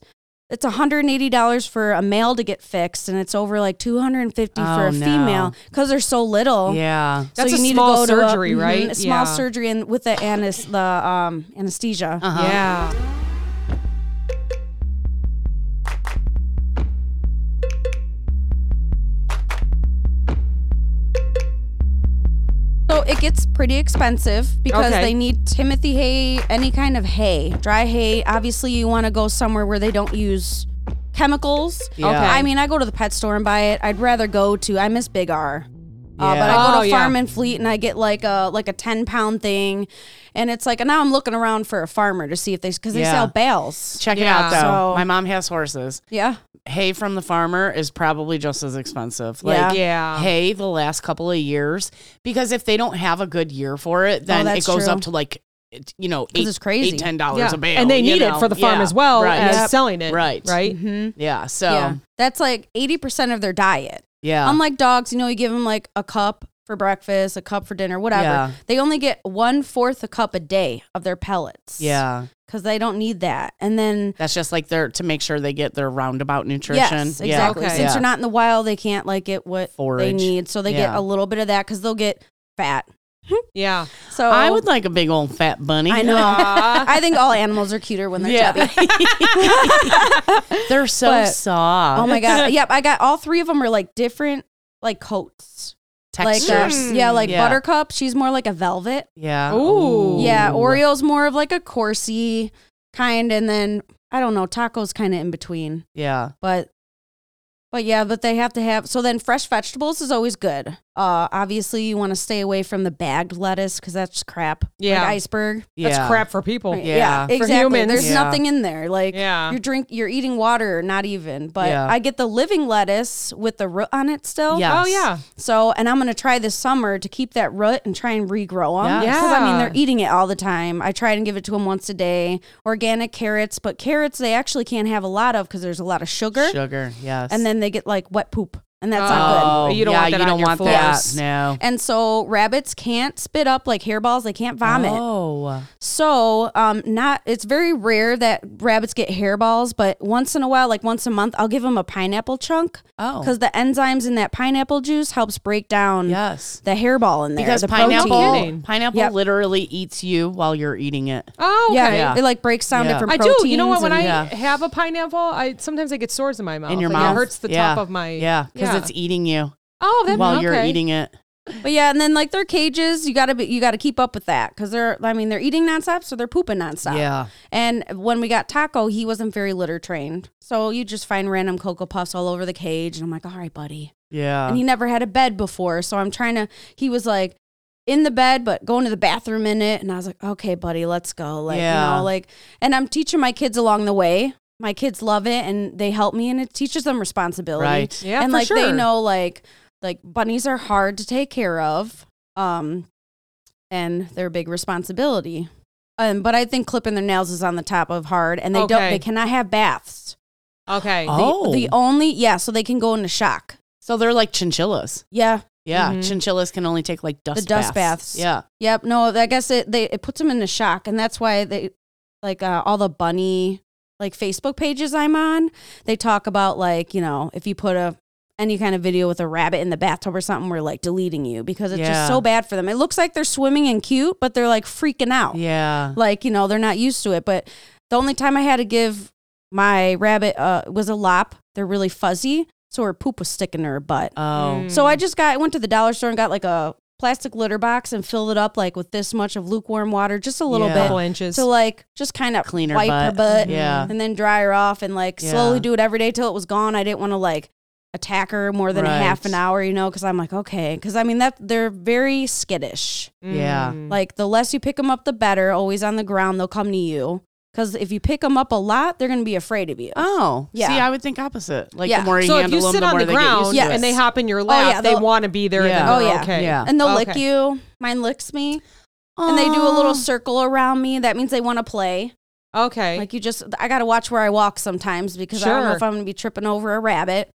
S2: It's $180 for a male to get fixed, and it's over like 250 for
S4: Oh,
S2: a
S4: no.
S2: female because they're so little.
S4: yeah.
S3: That's a small surgery,
S2: mhm,
S3: right?
S2: a
S3: Yeah.
S2: small surgery and with the, anis, the um, anesthesia.
S4: Uh-huh.
S3: Yeah.
S2: So it gets pretty expensive because
S3: Okay.
S2: they need Timothy hay, any kind of hay, dry hay. Obviously, you want to go somewhere where they don't use chemicals.
S4: Yeah.
S3: Okay.
S2: I mean, I go to the pet store and buy it. I'd rather go to I miss Big R. Uh, but I go
S3: Oh,
S2: to
S3: yeah.
S2: Farm and Fleet and I get like a like a ten pound thing, and it's like and now I'm looking around for a farmer to see if they because they
S4: Yeah.
S2: sell bales.
S4: Check
S3: Yeah.
S4: it out though.
S2: So-
S4: My mom has horses.
S2: Yeah,
S4: Hay from the farmer is probably just as expensive.
S2: Yeah.
S4: Like
S3: Yeah.
S4: hay the last couple of years because if they don't have a good year for it, then it
S2: that's
S4: goes
S2: true.
S4: up to like it- you know, eight,
S2: it's crazy.
S4: eight, ten dollars
S3: Yeah.
S4: a bale.
S3: and they
S4: you
S3: need
S4: know?
S3: it for the farm
S4: Yeah,
S3: as well
S4: Right.
S3: as
S4: Yep.
S3: selling it.
S4: Right.
S3: Right.
S2: Mm-hmm.
S4: Yeah. So
S2: yeah.
S4: yeah.
S2: That's like 80% of their diet. Unlike dogs, you know, you give them like a cup for breakfast, a cup for dinner, whatever.
S4: Yeah.
S2: They only get one fourth a cup a day of their pellets.
S4: yeah.
S2: Because they don't need that. And then,
S4: That's just like their to make sure they get their roundabout nutrition.
S2: yes, exactly.
S3: Okay.
S2: Since
S4: Yeah.
S2: they're not in the wild, they can't like get what they
S4: Forage.
S2: need. So they get
S4: Yeah.
S2: a little bit of that because they'll get fat. *laughs*
S3: Yeah.
S2: So
S4: I would *laughs* like a big old fat bunny. *laughs*
S2: I know.
S3: Aw.
S2: I think all animals are cuter when they're
S4: Yeah.
S2: chubby.
S4: *laughs* They're so
S2: But-
S4: soft.
S2: Oh
S4: *laughs*
S2: my god. Yep, I got all three of them are like different like coats.
S4: Textures. Mm.
S2: Like uh, yeah, like
S4: Yeah.
S2: buttercup, she's more like a velvet.
S4: yeah.
S3: Ooh.
S2: Yeah,
S4: Ooh.
S2: Oreo's more of like a coursey kind and then I don't know, tacos kind of in between.
S4: Yeah.
S2: But but yeah, but they have to have so then fresh vegetables is always good. Uh obviously you want to stay away from the bagged lettuce cuz that's crap.
S3: Yeah.
S2: Like iceberg.
S4: Yeah.
S3: That's crap for people.
S4: Yeah.
S3: For
S2: exactly.
S3: humans.
S2: There's
S4: Yeah.
S2: nothing in there. Like
S3: Yeah.
S2: you're drink you're eating water, not even. But
S4: Yeah.
S2: I get the living lettuce with the root on it still.
S4: Yeah.
S3: Oh
S4: Yes.
S3: yeah.
S2: So and I'm gonna try this summer to keep that root and try and regrow them.
S3: Yeah.
S2: I mean they're
S3: Yeah.
S2: eating it all the time. I try and give it to them once a day. Organic carrots, but carrots they actually can't have a lot of because there's a lot of sugar,
S4: Sugar. Yes.
S2: and then they get like wet poop, and that's not good.
S3: Oh, You don't
S4: yeah,
S3: want that
S4: you
S3: on
S4: don't
S3: your
S4: want that.
S3: floors.
S4: No.
S2: And so rabbits can't spit up like hairballs. They can't vomit.
S4: Oh.
S2: So, um, not it's very rare that rabbits get hairballs, but once in a while, like once a month, I'll give them a pineapple chunk
S4: Oh.
S2: because the enzymes in that pineapple juice helps break down
S4: yes.
S2: the hairball in there.
S4: Because
S2: the
S4: pineapple,
S3: protein.
S4: pineapple
S2: Yep.
S4: literally eats you while you're eating it.
S3: Oh okay.
S2: yeah,
S4: Yeah.
S2: it like breaks down
S4: Yeah.
S2: different.
S3: I do.
S2: proteins
S3: You know what? When I
S2: and-
S4: Yeah.
S3: have a pineapple, I sometimes I get sores in my mouth.
S4: in your
S3: Like,
S4: mouth.
S3: Oh, It hurts the
S4: Yeah.
S3: top of my.
S4: Yeah, because
S3: Yeah.
S4: it's eating you
S3: Oh, that
S4: while
S3: okay.
S4: you're eating it.
S2: but yeah, and then like their cages, you gotta be, you gotta keep up with that because they're, I mean, they're eating nonstop, so they're pooping nonstop.
S4: Yeah.
S2: And when we got Taco, he wasn't very litter trained, so you just find random cocoa puffs all over the cage, and I'm like, all right, buddy.
S4: Yeah.
S2: and he never had a bed before. So I'm trying to. He was like in the bed, but going to the bathroom in it, and I was like, okay, buddy, let's go. Like you
S4: Yeah.
S2: know, like, and I'm teaching my kids along the way. My kids love it, and they help me, and it teaches them responsibility.
S4: right.
S3: Yeah,
S2: and
S3: for
S2: like
S3: sure.
S2: they know, like like bunnies are hard to take care of, um, and they're a big responsibility. Um, but I think clipping their nails is on the top of hard, and they don't.
S3: Okay.
S2: They cannot have baths.
S3: Okay.
S2: The-
S4: Oh.
S2: the only yeah, so they can go into shock.
S4: so they're like chinchillas.
S2: Yeah,
S4: Yeah.
S3: Mhm.
S4: Chinchillas can only take like dust
S2: dust
S4: baths.
S2: baths.
S4: Yeah.
S2: Yep. No, I guess it they it puts them in a shock, and that's why they like uh, all the bunny like Facebook pages I'm on. They talk about like you know if you put a any kind of video with a rabbit in the bathtub or something, we're like deleting you because it's just
S4: Yeah.
S2: so bad for them. It looks like they're swimming and cute, but they're like freaking out.
S4: Yeah.
S2: Like you know they're not used to it. But the only time I had to give my rabbit uh, was a lop. They're really fuzzy, so her poop was sticking to her butt.
S4: Oh.
S2: So I just got I went to the dollar store and got like a plastic litter box and filled it up like with this much of lukewarm water, just a little
S4: Yeah.
S3: couple
S2: bit.
S3: inches.
S2: To like just kind of
S4: Clean her
S2: wipe her
S4: butt.
S2: butt
S4: Yeah.
S2: and then dry her off and like
S4: Yeah.
S2: slowly do it every day till it was gone. I didn't want to like attack her more than a
S4: Right.
S2: half an hour, you know, because I'm like, okay. Because I mean, that they're very skittish.
S4: Yeah.
S3: Mm.
S2: Like the less you pick them up, the better. Always on the ground, they'll come to you. Because if you pick them up a lot, they're going to be afraid of you.
S4: Oh.
S2: Yeah.
S4: See, I would think opposite. Like
S2: Yeah.
S4: the more you
S3: So if
S4: handle
S3: you
S4: them,
S3: sit
S4: the
S3: on
S4: more
S3: the
S4: they get used
S3: ground
S4: to
S2: Yes.
S4: it.
S3: and they hop in your lap,
S2: Oh, yeah,
S3: they
S2: they'll-
S3: want to be there.
S4: Yeah.
S3: And
S2: Oh,
S3: then
S2: yeah.
S3: they're okay.
S4: Yeah.
S2: And they'll lick
S3: Okay.
S2: you. Mine licks me. and they do a little circle around me. That means they want to play.
S3: Okay.
S2: Like you just, I gotta watch where I walk sometimes because I don't know
S3: Sure.
S2: if I'm gonna be tripping over a rabbit.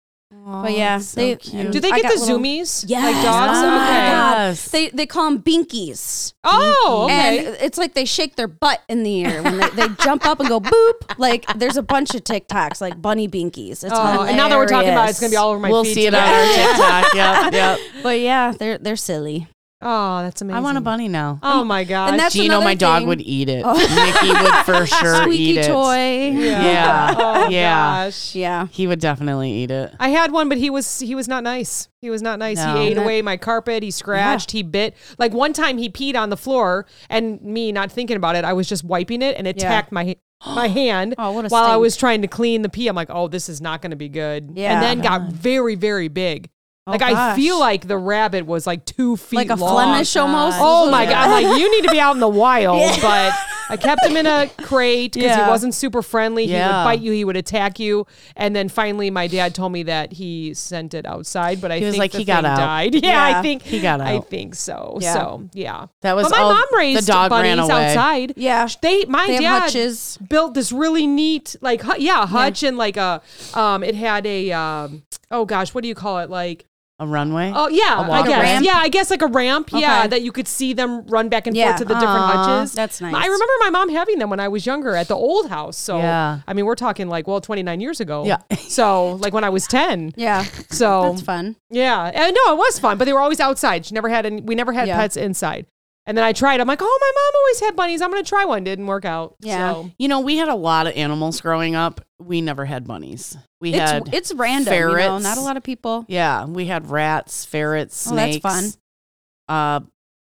S4: Aw,
S2: but yeah,
S4: that's so
S2: they-
S4: cute.
S3: Do they
S2: I
S3: get
S2: got
S3: the
S2: little-
S3: zoomies?
S2: Yes.
S3: Like dogs?
S2: Oh my
S3: okay.
S2: God.
S4: Yes.
S2: They they call them binkies,
S3: Oh, okay.
S2: and it's like they shake their butt in the air when they, they jump up and go boop. Like there's a bunch of TikToks like bunny binkies. It's
S3: oh, and now that we're talking about it, it's going to be all over my
S4: we'll
S3: feet.
S4: see it on our *laughs* TikTok. Yep. Yep.
S2: But yeah, they're they're silly.
S3: Oh, that's amazing.
S4: I want a bunny now.
S3: Oh, my God.
S2: and that's
S4: Do you know
S2: another
S4: my dog
S2: thing. Oh.
S4: would eat it? Mickey would
S2: *laughs*
S4: for sure eat
S2: Squeaky
S4: it.
S2: toy.
S4: Yeah.
S3: *laughs* Oh,
S4: Yeah.
S3: gosh.
S2: Yeah.
S4: He would definitely eat it.
S3: I had one, but he was he was not nice. He was not nice.
S4: No.
S3: He ate
S2: Not-
S3: away my carpet. He scratched. He bit. Like one time, he peed on the floor, and me not thinking about it, I was just wiping it and it
S2: Yeah.
S3: attacked my
S2: *gasps*
S3: my hand
S2: Oh, what a
S3: while I
S2: stink.
S3: was trying to clean the pee. I'm like, oh, this is not going to be good.
S2: Yeah. Oh,
S3: and then got very very big. Like I
S2: gosh.
S3: feel like the rabbit was like two feet
S2: Like a
S3: long.
S2: Flemish almost.
S3: Oh my god!
S2: Yeah.
S3: I'm like you need to be out in the wild, but I kept him in a crate because
S2: Yeah.
S3: he wasn't super friendly. He
S4: Yeah.
S3: would bite you, he would attack you, and then finally, my dad told me that he sent it outside. But I
S4: He was
S3: think
S4: like,
S3: the
S4: he got
S3: thing
S4: out.
S3: died. *laughs* Yeah,
S2: Yeah,
S3: I think
S4: he got
S3: I
S4: out.
S3: think so.
S2: Yeah.
S3: So yeah,
S4: That was
S3: But my
S4: all-
S3: mom
S4: the
S3: raised
S4: dog
S3: bunnies
S4: ran away.
S3: outside.
S2: Yeah.
S3: They my
S2: They have
S3: dad
S2: hutches.
S3: built this really neat like hu- yeah hutch and like a um it had a um oh gosh what do you call it like
S4: a runway.
S3: oh yeah
S4: A
S3: I
S4: walk.
S3: guess
S2: ramp?
S3: yeah I guess like a ramp yeah
S2: Okay.
S3: that you could see them run back and
S2: Yeah.
S3: forth to the different
S4: Aw,
S3: hutches
S2: that's nice.
S3: I remember my mom having them when I was younger at the old house so
S4: Yeah.
S3: I mean we're talking like well 29 years ago
S4: Yeah. *laughs*
S3: so like when I was 10
S2: Yeah.
S3: so
S2: That's fun.
S3: yeah. And no, it was fun, but they were always outside. She never had any, we never had
S2: Yeah.
S3: pets inside. And then I tried. I'm like, oh, my mom always had bunnies. I'm going to try one. Didn't work out.
S2: Yeah.
S3: So,
S4: You know, we had a lot of animals growing up. We never had bunnies. We had
S2: It's it's random. You know?
S4: ferrets.
S2: Not a lot of people.
S4: yeah, we had rats, ferrets,
S2: Oh, that's
S4: snakes.
S2: fun.
S4: Uh,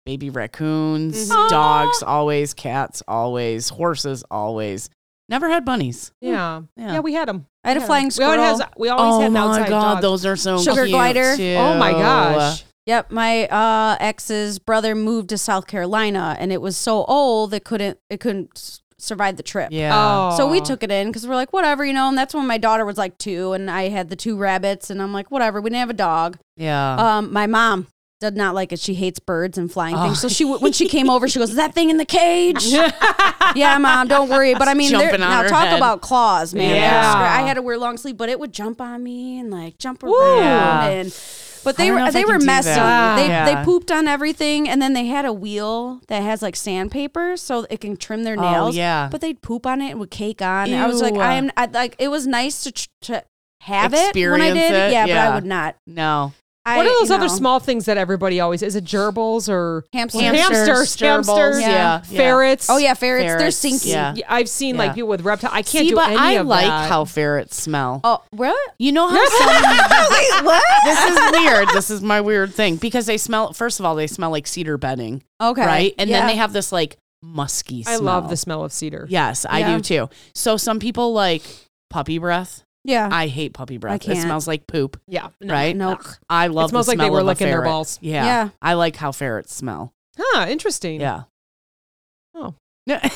S4: baby raccoons,
S3: Mhm.
S4: dogs always, cats always, horses always. Never had bunnies.
S3: yeah. Yeah,
S4: Yeah.
S3: we had them.
S2: I had a flying
S3: We
S2: Hmm. squirrel. Oh
S3: always, has, we always had an outside dog.
S4: Oh those are so
S2: Sugar
S4: cute,
S2: glider.
S4: too.
S3: oh, my gosh.
S2: Yep, my uh, ex's brother moved to South Carolina, and it was so old it couldn't it couldn't s- survive the trip.
S4: Yeah.
S3: Oh.
S2: So we took it in because we're like, whatever, you know. And that's when my daughter was like two, and I had the two rabbits, and I'm like, whatever. We didn't have a dog.
S4: Yeah.
S3: Uh,
S2: Um, my mom did not like it. She hates birds and flying
S4: Oh.
S2: things. So she w- when she came over, she goes, "Is that thing in
S4: *laughs*
S2: the cage." yeah, mom, don't worry. But I mean, they're-
S4: Jumping on
S2: now
S4: her
S2: talk
S4: head.
S2: about claws, man. They're
S3: Yeah.
S2: scra- I had to wear long sleeve, but it would jump on me and like jump around
S4: Yeah.
S2: and. But they
S4: don't know
S2: were
S4: if I
S2: they
S4: can
S2: were
S4: do
S2: messy.
S4: that.
S2: They
S4: Yeah.
S2: they pooped on everything, and then they had a wheel that has like sandpaper, so it can trim their
S4: Oh,
S2: nails.
S4: yeah.
S2: But they'd poop on it and would cake on. And I was like,
S4: Ew.
S2: I am I, like, it was nice to tr- to have it when I
S4: Experience
S2: did.
S4: it,
S2: Yeah, but I
S4: yeah.
S2: would not.
S4: no.
S2: I,
S3: what are those
S2: you
S3: other
S2: know,
S3: small things that everybody always is it gerbils or
S2: hamsters?
S3: hamsters,
S4: Gerbils,
S3: hamsters,
S4: yeah, yeah.
S3: ferrets?
S2: Oh yeah, ferrets.
S4: Ferrets,
S2: They're stinky.
S4: yeah.
S3: Yeah, I've seen like
S4: Yeah.
S3: people with reptiles. I can't
S4: See,
S3: do
S4: but
S3: any
S4: I
S3: of
S4: like
S3: that.
S4: how ferrets smell.
S2: Oh what?
S4: You
S3: *laughs*
S4: know how some,
S2: *laughs* Wait, what?
S4: *laughs* this is weird. This is my weird thing because they smell. First of all, they smell like cedar bedding,
S2: Okay.
S4: right? And
S2: yeah.
S4: then they have this like musky.
S3: I
S4: smell.
S3: love the smell of cedar.
S4: Yes, I
S2: Yeah.
S4: do too. So some people like puppy breath.
S2: Yeah.
S3: Uh,
S4: I hate puppy breath. It
S2: can't.
S4: smells like poop,
S3: Yeah. No.
S4: right?
S2: Nope.
S4: I love.
S3: It smells
S4: the
S3: like they
S4: smell
S3: were
S4: of a
S3: licking their
S4: ferret.
S3: balls.
S4: Yeah.
S2: Yeah.
S4: I like how ferrets smell.
S3: Huh, interesting.
S4: Yeah. *laughs*
S3: Oh.
S4: Yeah.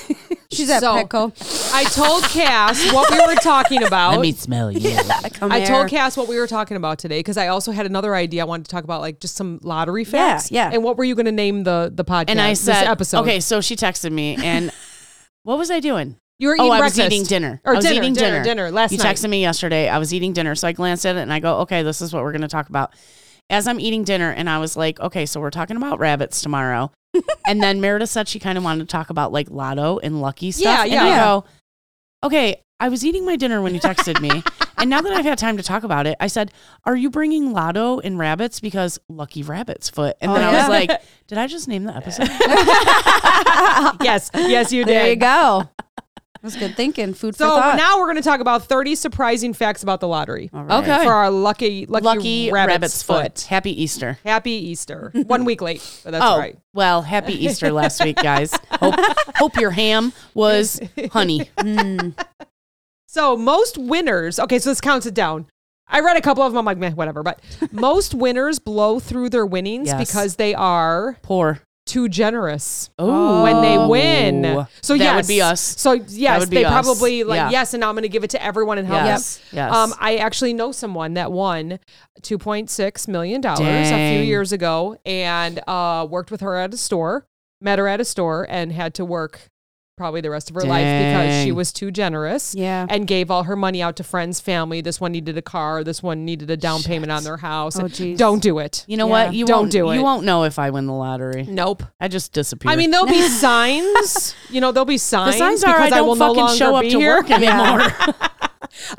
S2: She's at
S3: So-
S2: Petco.
S3: I told Cass what we were
S2: *laughs*
S3: talking about.
S4: smell you.
S2: Come
S3: I told
S2: here.
S3: Cass what we were talking about today because I also had another idea. I wanted to talk about like just some lottery
S2: Yeah,
S3: facts.
S2: yeah.
S3: And what were you going to name the the podcast?
S4: *laughs* And I said,
S3: this episode.
S4: okay, so she texted me
S3: *laughs*
S4: and what was I doing?
S3: you were eating
S4: Oh, I was
S3: breakfast.
S4: eating dinner.
S3: Or
S4: I was
S3: dinner,
S4: eating
S3: dinner,
S4: dinner.
S3: dinner, last
S4: you
S3: night.
S4: texted me yesterday. I was eating dinner, so I glanced at it and I go, "Okay, this is what we're going to talk about." As I'm eating dinner, and I was like, "Okay, so we're talking about
S3: *laughs*
S4: rabbits tomorrow." and then Meredith said she kind of wanted to talk about like lotto and lucky stuff.
S3: Yeah,
S4: and
S3: yeah.
S4: I go, "Okay, I was eating my dinner when you texted me, and now that I've had time to talk about it, I said, "Are you bringing lotto and rabbits because lucky rabbit's foot?" And
S2: Oh,
S4: then I
S2: yeah.
S3: *laughs*
S4: was like, "Did I just name the episode?"
S3: *laughs* Yes, yes, you did.
S2: There
S4: *laughs*
S2: you go. That was good thinking. Food for
S3: So
S2: thought.
S3: now we're going to talk about 30 surprising facts about the lottery
S2: All right.
S4: Okay.
S3: for our lucky lucky,
S4: lucky
S3: rabbit's,
S4: foot.
S3: foot.
S4: Happy Easter.
S3: Happy Easter. One week late, but that's all
S4: oh,
S3: right.
S4: well, happy Easter last week, guys. Hope, hope your ham was honey.
S2: Mm,
S3: So most winners, okay, so this counts it down. I read a couple of them. I'm like, meh, whatever.
S4: *laughs*
S3: But most winners blow through their winnings
S4: Yes.
S3: because they are
S4: Poor.
S3: too generous
S4: Oh,
S3: when they win. So
S4: that
S3: yes,
S4: would be us.
S3: So yes,
S4: would be
S3: they
S4: us.
S3: probably like
S4: Yeah.
S3: yes, and now I'm going to give it to everyone and help.
S4: Yes,
S3: them.
S4: yes.
S3: Um, I actually know someone that won 2.6 million dollars a few
S4: Dang.
S3: years ago, and uh, worked with her at a store, met her at a store, and had to work probably the rest of her life because she
S4: Dang.
S3: was too generous
S2: Yeah.
S4: *laughs*
S3: and gave all her money out to friends, family. This one needed a car. This one needed a down payment on their house.
S2: Oh, geez.
S3: Don't do it.
S4: You know
S2: Yeah.
S4: what? You
S3: Don't
S4: won't
S3: do it.
S4: You won't know if I win the lottery.
S3: Nope.
S4: I just disappear.
S3: I mean, there'll
S4: *laughs*
S3: be signs. You know, there'll be
S4: the
S3: signs,
S4: signs are
S3: because
S4: I don't
S3: will no
S4: fucking
S3: longer
S4: show up
S3: be
S4: to
S3: here. *laughs*
S4: work anymore.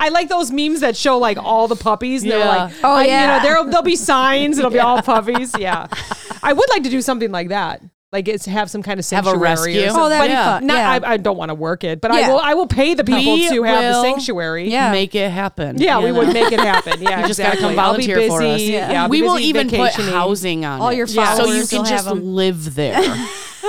S3: I like those memes that show like all the puppies. And They're
S4: Yeah.
S3: like,
S2: Oh,
S3: I-
S2: yeah.
S3: You know, there'll, there'll be signs. It'll be all puppies. Yeah. I would like to do something like that. Like it's have some kind of
S4: Have a
S3: sanctuary. or
S4: rescue.
S3: something.
S2: Oh, that'd be
S3: But
S2: fun.
S3: Not,
S2: Yeah.
S3: I, I don't want to work it, but
S2: Yeah.
S3: I will. I will pay the people
S4: We
S3: to have the
S4: will-
S3: sanctuary.
S2: Yeah.
S4: Make it happen.
S3: Yeah,
S4: you
S3: we
S4: know?
S3: would make it happen. Yeah,
S4: *laughs* You just gotta
S3: exactly.
S4: come
S3: I'll be
S4: volunteer for
S3: busy.
S4: us.
S3: Yeah, I'll
S4: we
S3: be
S4: will
S3: busy
S4: even put
S3: vacationing. *laughs*
S4: housing on
S2: All
S4: it.
S2: your
S3: Yeah.
S4: so you
S2: followers
S4: can
S2: will have
S4: just
S2: 'em.
S4: live there.
S2: *laughs*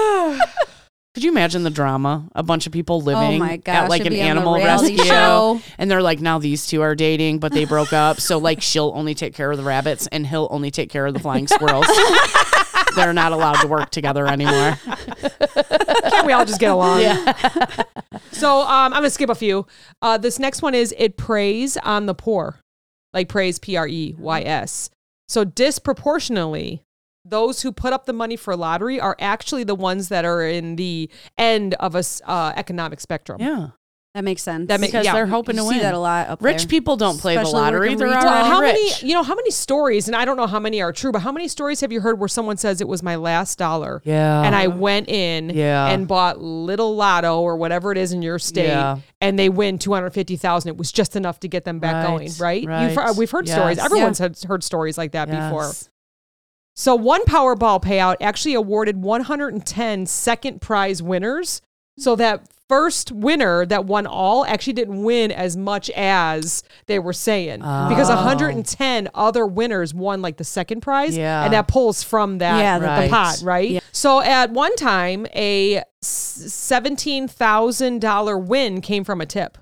S4: Could you imagine the drama? A bunch of people living
S2: Oh my gosh,
S4: at like
S2: it'd
S4: an
S2: be on the
S4: animal
S2: reality
S4: rescue,
S2: show.
S4: and they're like, now these two are dating, but they broke up. So like, she'll only take care of the rabbits, and he'll only take
S2: *laughs*
S4: care of the flying squirrels. they're not allowed to work together anymore.
S3: Can't we all just get
S4: *laughs*
S3: along? Yeah. so um, I'm gonna skip a few. Uh, this next one is it preys on the poor, like praise P R E Y S. So disproportionately, those who put up the money for lottery are actually the ones that are in the end of a s- uh, economic spectrum.
S4: Yeah.
S2: That makes sense.
S3: That makes-
S4: Because
S3: yeah.
S4: they're hoping
S2: You
S4: to
S2: see
S4: win.
S2: that a lot up
S4: Rich
S2: there.
S4: people don't play
S2: Especially
S4: the lottery.
S2: working
S4: They're
S2: retail.
S4: already
S3: how
S4: rich.
S3: many you know how many stories and i don't know how many are true but how many stories have you heard where someone says it was my last dollar
S4: Yeah.
S3: and i went in
S4: Yeah.
S3: and bought little lotto or whatever it is in your state
S4: Yeah.
S3: and they win 250000 it was just enough to get them back
S4: Right,
S3: going right, You've,
S4: right.
S3: uh, we've heard stories
S4: Yes.
S3: everyone's had heard stories like that before
S4: Yes.
S3: so one powerball payout actually awarded 110 second prize winners so that first winner that won all actually didn't win as much as they were saying because
S4: Oh.
S3: 110 other winners won like the second prize
S4: Yeah.
S3: and that pulls from that
S2: Yeah,
S3: the,
S4: the Right.
S3: pot right
S2: Yeah.
S3: so at one time a s- $17000 win came from a tip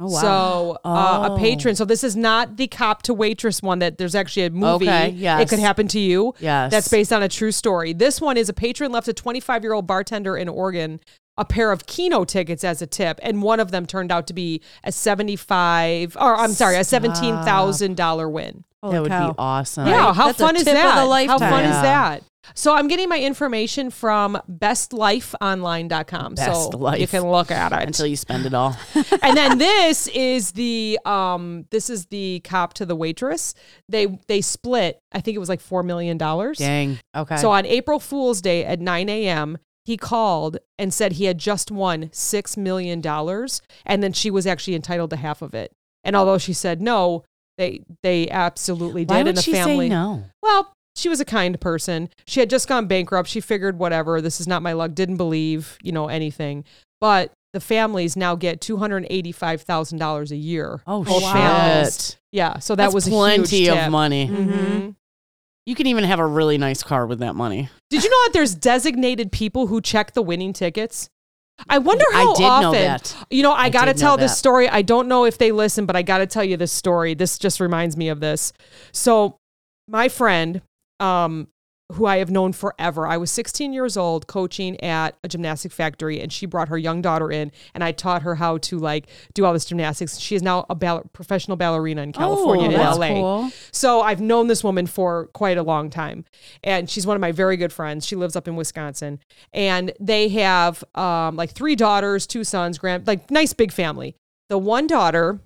S2: Oh, wow.
S3: so uh,
S4: Oh.
S3: a patron. So this is not the cop to waitress one that there's actually a movie.
S4: Okay,
S3: It
S4: yes.
S3: could happen to you.
S4: Yes.
S3: That's based on a true story. This one is a patron left a 25 year old bartender in Oregon a pair of keno tickets as a tip, and one of them turned out to be a 75 or I'm sorry, a seventeen thousand dollar win.
S2: Holy
S4: that would
S2: cow.
S4: be awesome.
S3: Yeah, how
S2: That's a
S3: fun is
S2: tip of
S3: that?
S2: the
S3: how
S2: lifetime.
S3: fun is
S4: Yeah.
S3: that? So I'm getting my information from bestlifeonline.com. so
S4: Best Life.
S3: you can look at it
S4: Until you spend
S3: *laughs*
S4: it all.
S3: and then this is the um this is the cop to the waitress. They they split. I think it was like four million dollars.
S4: Dang. Okay.
S3: So on April Fool's Day at 9 a.m., he called and said he had just won six million dollars, and then she was actually entitled to half of it. And although she said no, they they absolutely did.
S4: Why
S3: and
S4: would
S3: the
S4: she
S3: family
S4: say no?
S3: well, she was a kind person. She had just gone bankrupt. She figured, whatever, this is not my luck. Didn't believe, you know, anything. But the families now get two hundred eighty-five thousand dollars a year.
S4: Oh,
S3: Both
S4: shit.
S3: families. Yeah, so that
S4: That's
S3: was a
S4: plenty
S3: huge
S4: of
S3: tip.
S4: money. Mm-hmm.
S3: Mhm.
S4: You can even have a really nice car with that money. *laughs*
S3: Did you know that there's designated people who check the winning tickets? I wonder
S4: I
S3: how
S4: did know
S3: often.
S4: that.
S3: You know, I,
S4: I
S3: got to
S4: did know
S3: tell this
S4: that.
S3: story. I don't know if they listen, but I got to tell you this story. This just reminds me of this. So, my friend, um, who I have known forever, I was 16 years old coaching at a gymnastic factory, and she brought her young daughter in, and I taught her how to like do all this gymnastics. She is now a ball- professional ballerina in California,
S2: Oh,
S3: in
S4: Oh, that's
S3: LA.
S4: cool.
S3: So I've known this woman for quite a long time, and she's one of my very good friends. She lives up in Wisconsin, and they have um, like three daughters, two sons, grand like nice big family. The one daughter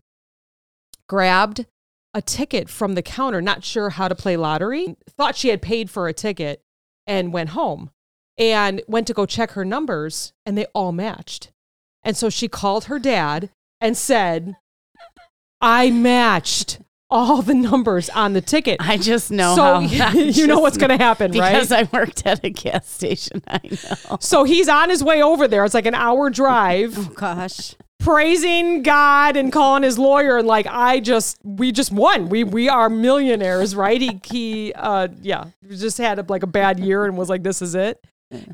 S3: grabbed a ticket from the counter, not sure how to play lottery, thought she had paid for a ticket, and went home, and went to go check her numbers, and they all matched, and so she called her dad and said. I matched all the numbers on the ticket.
S4: I just know.
S3: so
S4: how,
S3: *laughs*
S4: I
S3: you know
S4: just
S3: what's going to happen, right?
S4: because I worked at a gas station. I know.
S3: so he's on his way over there. It's like an hour
S4: *laughs*
S3: drive,
S2: Oh, gosh.
S3: praising God and calling his lawyer and like I just we just won. We we are millionaires, right? He he uh yeah, just had a, like a bad year and was like this is it.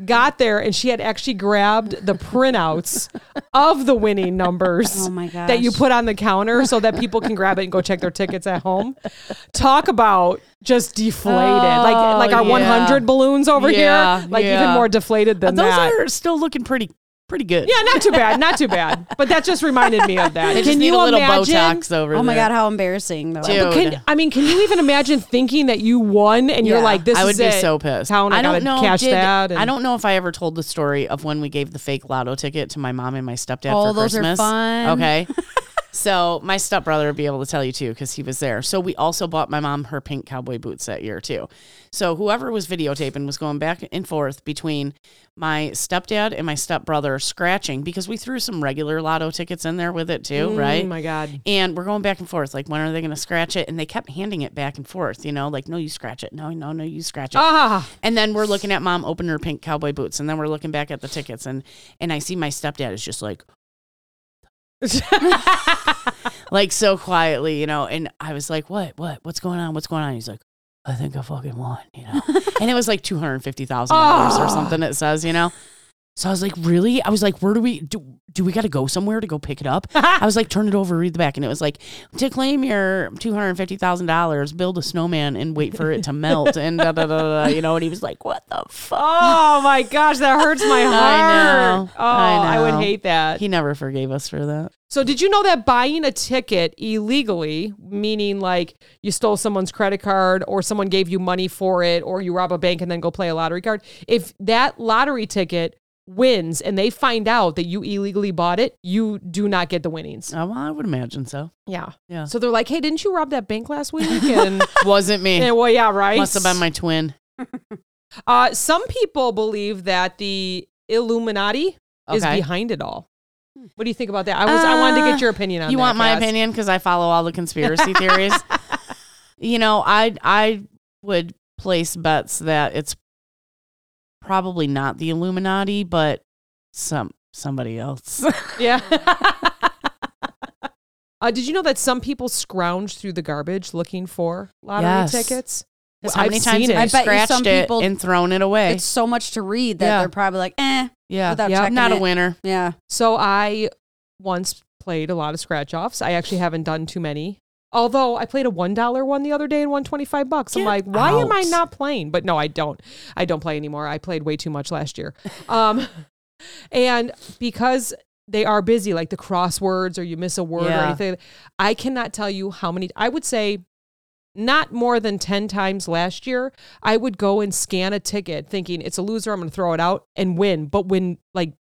S3: Got there and she had actually grabbed the printouts of the winning numbers.
S2: Oh, my gosh.
S3: that you put on the counter so that people can grab it and go check their tickets at home. Talk about just deflated,
S4: Oh,
S3: like like our
S4: yeah.
S3: 100 balloons over
S4: Yeah,
S3: here, like even
S4: yeah.
S3: more deflated than
S4: Those
S3: that.
S4: are still looking pretty pretty good.
S3: yeah, not too bad, not too bad. But that just reminded me of that.
S4: They just
S3: can
S4: need
S3: you
S4: a little
S3: imagine?
S4: Botox over
S2: Oh,
S4: there.
S2: my God. How embarrassing, though.
S4: Dude.
S3: Can, I mean, can you even imagine thinking that you won and you're
S2: Yeah.
S3: like, this
S4: I would
S3: is
S4: be
S3: it.
S4: so pissed.
S3: Town, I,
S4: I don't
S3: gotta
S4: know.
S3: Cash
S4: did-
S3: that. and-
S4: I don't know if I ever told the story of when we gave the fake lotto ticket to my mom and my stepdad
S2: Oh,
S4: for
S2: those are
S4: Christmas.
S2: fun.
S4: Okay.
S3: *laughs*
S4: so my stepbrother would be able to tell you too because he was there. So we also bought my mom her pink cowboy boots that year too. So whoever was videotaping was going back and forth between my stepdad and my stepbrother scratching because we threw some regular lotto tickets in there with it too, right?
S3: Oh my god.
S4: And we're going back and forth, like when are they going to scratch it? And they kept handing it back and forth, you know, like no, you scratch it, no, no, no, you scratch it.
S3: Ah,
S4: And then we're looking at mom open her pink cowboy boots, and then we're looking back at the tickets, and and I see my stepdad is just like,
S3: Ah.
S4: like so quietly, you know. And I was like, what, what, what's going on, what's going on? He's like, I think I fucking won, you know. and it was like two hundred fifty thousand dollars or something. It says, you know. So I was like, really? I was like, where do we do? Do we got to go somewhere to go pick it up? I was like, turn it over, read the back, and it was like, to claim your two hundred fifty thousand dollars, build a snowman and wait for it to melt, and da, da, da, da, you know. And he was like, what the fuck?
S3: *laughs* Oh my gosh, that hurts my heart.
S4: know.
S3: Oh,
S4: I
S3: I
S4: know.
S3: would hate that.
S4: He never forgave us for that.
S3: So did you know that buying a ticket illegally, meaning like you stole someone's credit card or someone gave you money for it or you rob a bank and then go play a lottery card, if that lottery ticket wins and they find out that you illegally bought it, you do not get the winnings.
S4: Oh, well, I would imagine so.
S3: Yeah.
S4: Yeah.
S3: So they're like, "Hey, didn't you rob that bank last
S4: *laughs*
S3: week?" And,
S4: Wasn't
S3: *laughs*
S4: me.
S3: and well, yeah, right.
S4: Must have been my twin.
S3: Uh, some people believe that the Illuminati is
S4: Okay. Hmm.
S3: behind it all. What do you think about that? I was I wanted to
S4: Uh,
S3: get your opinion on
S4: you
S3: that,
S4: want my
S3: Cass.
S4: opinion because I follow all the conspiracy theories. You know, I I would place bets that it's probably not the Illuminati, but some somebody else. *laughs*
S3: Yeah. uh, did you know that some people scrounge through the garbage looking for lottery
S4: Yes.
S3: tickets?
S4: Because
S3: Well,
S4: how
S3: I've
S4: many times
S3: seen
S4: have
S3: it.
S4: you
S2: I bet you
S4: scratched
S2: some
S4: it
S2: people-
S4: and thrown it away?
S2: It's so much to read that
S4: Yeah.
S2: they're probably like, eh,
S4: yeah.
S2: without
S3: Yeah.
S2: checking
S4: Not a
S2: it.
S4: winner.
S2: Yeah.
S3: So I once played a lot of scratch offs. I actually haven't done too many. Although I played a one dollar one the other day and won twenty five bucks. I'm
S4: Get
S3: like, why am I
S4: out.
S3: not playing? But no, I don't. I don't play anymore. I played way too much last year. Um, *laughs* and because they are busy, like the crosswords or you miss a word or
S4: Yeah.
S3: anything, I cannot tell you how many. I would say not more than 10 times last year, I would go and scan a ticket thinking it's a loser, I'm going to throw it out and win, but win like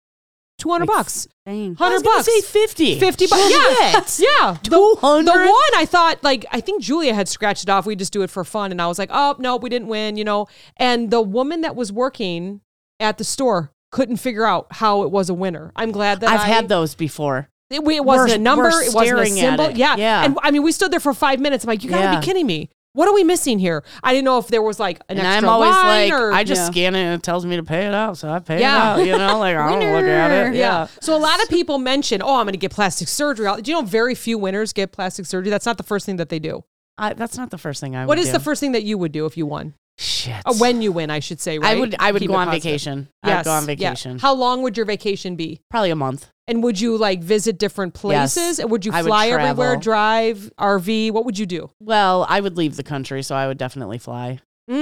S3: 200
S2: Like,
S3: bucks,
S2: Dang.
S3: 100
S4: I was
S3: bucks,
S4: gonna say fifty.
S3: 50 bucks. Yeah. *laughs* yeah. The,
S4: Two
S3: the
S4: hundred.
S3: one I thought, like, I think Julia had scratched it off. We just do it for fun. And I was like, oh, no, we didn't win, you know. And the woman that was working at the store couldn't figure out how it was a winner. I'm glad that
S4: I've
S3: I-
S4: had those before.
S3: It, we- it wasn't
S4: We're-
S3: a number.
S4: we're
S3: It wasn't a
S4: staring at
S3: symbol.
S4: it.
S3: Yeah.
S4: Yeah.
S3: And I mean, we stood there for five minutes. I'm like, you gotta
S4: Yeah.
S3: be kidding me. What are we missing here? I didn't know if there was like an
S4: and
S3: extra
S4: I'm always
S3: line
S4: like,
S3: or,
S4: I just
S2: Yeah.
S4: scan it and it tells me to pay it out, so I pay
S3: Yeah.
S4: it out. You know, like I don't look at it.
S2: Winner.
S3: yeah. So a lot of people mention, oh, I'm going to get plastic surgery. Do you know very few winners get plastic surgery? That's not the first thing that they do.
S4: I, that's not the first thing I.
S3: What
S4: would
S3: is
S4: do.
S3: the first thing that you would do if you won?
S4: Shit.
S3: Or Oh, when you win, I should say. Right?
S4: I would I would
S3: Keep
S4: go
S3: it
S4: on
S3: positive.
S4: vacation. I'd
S3: Yes.
S4: go on
S3: Yeah.
S4: vacation.
S3: How long would your vacation be?
S4: Probably a month.
S3: And would you like visit different
S4: Yes.
S3: places? And would you
S4: I would
S3: fly everywhere,
S4: travel.
S3: drive, RV? What would you do?
S4: Well, I would leave the country, so I would definitely fly. Hmm.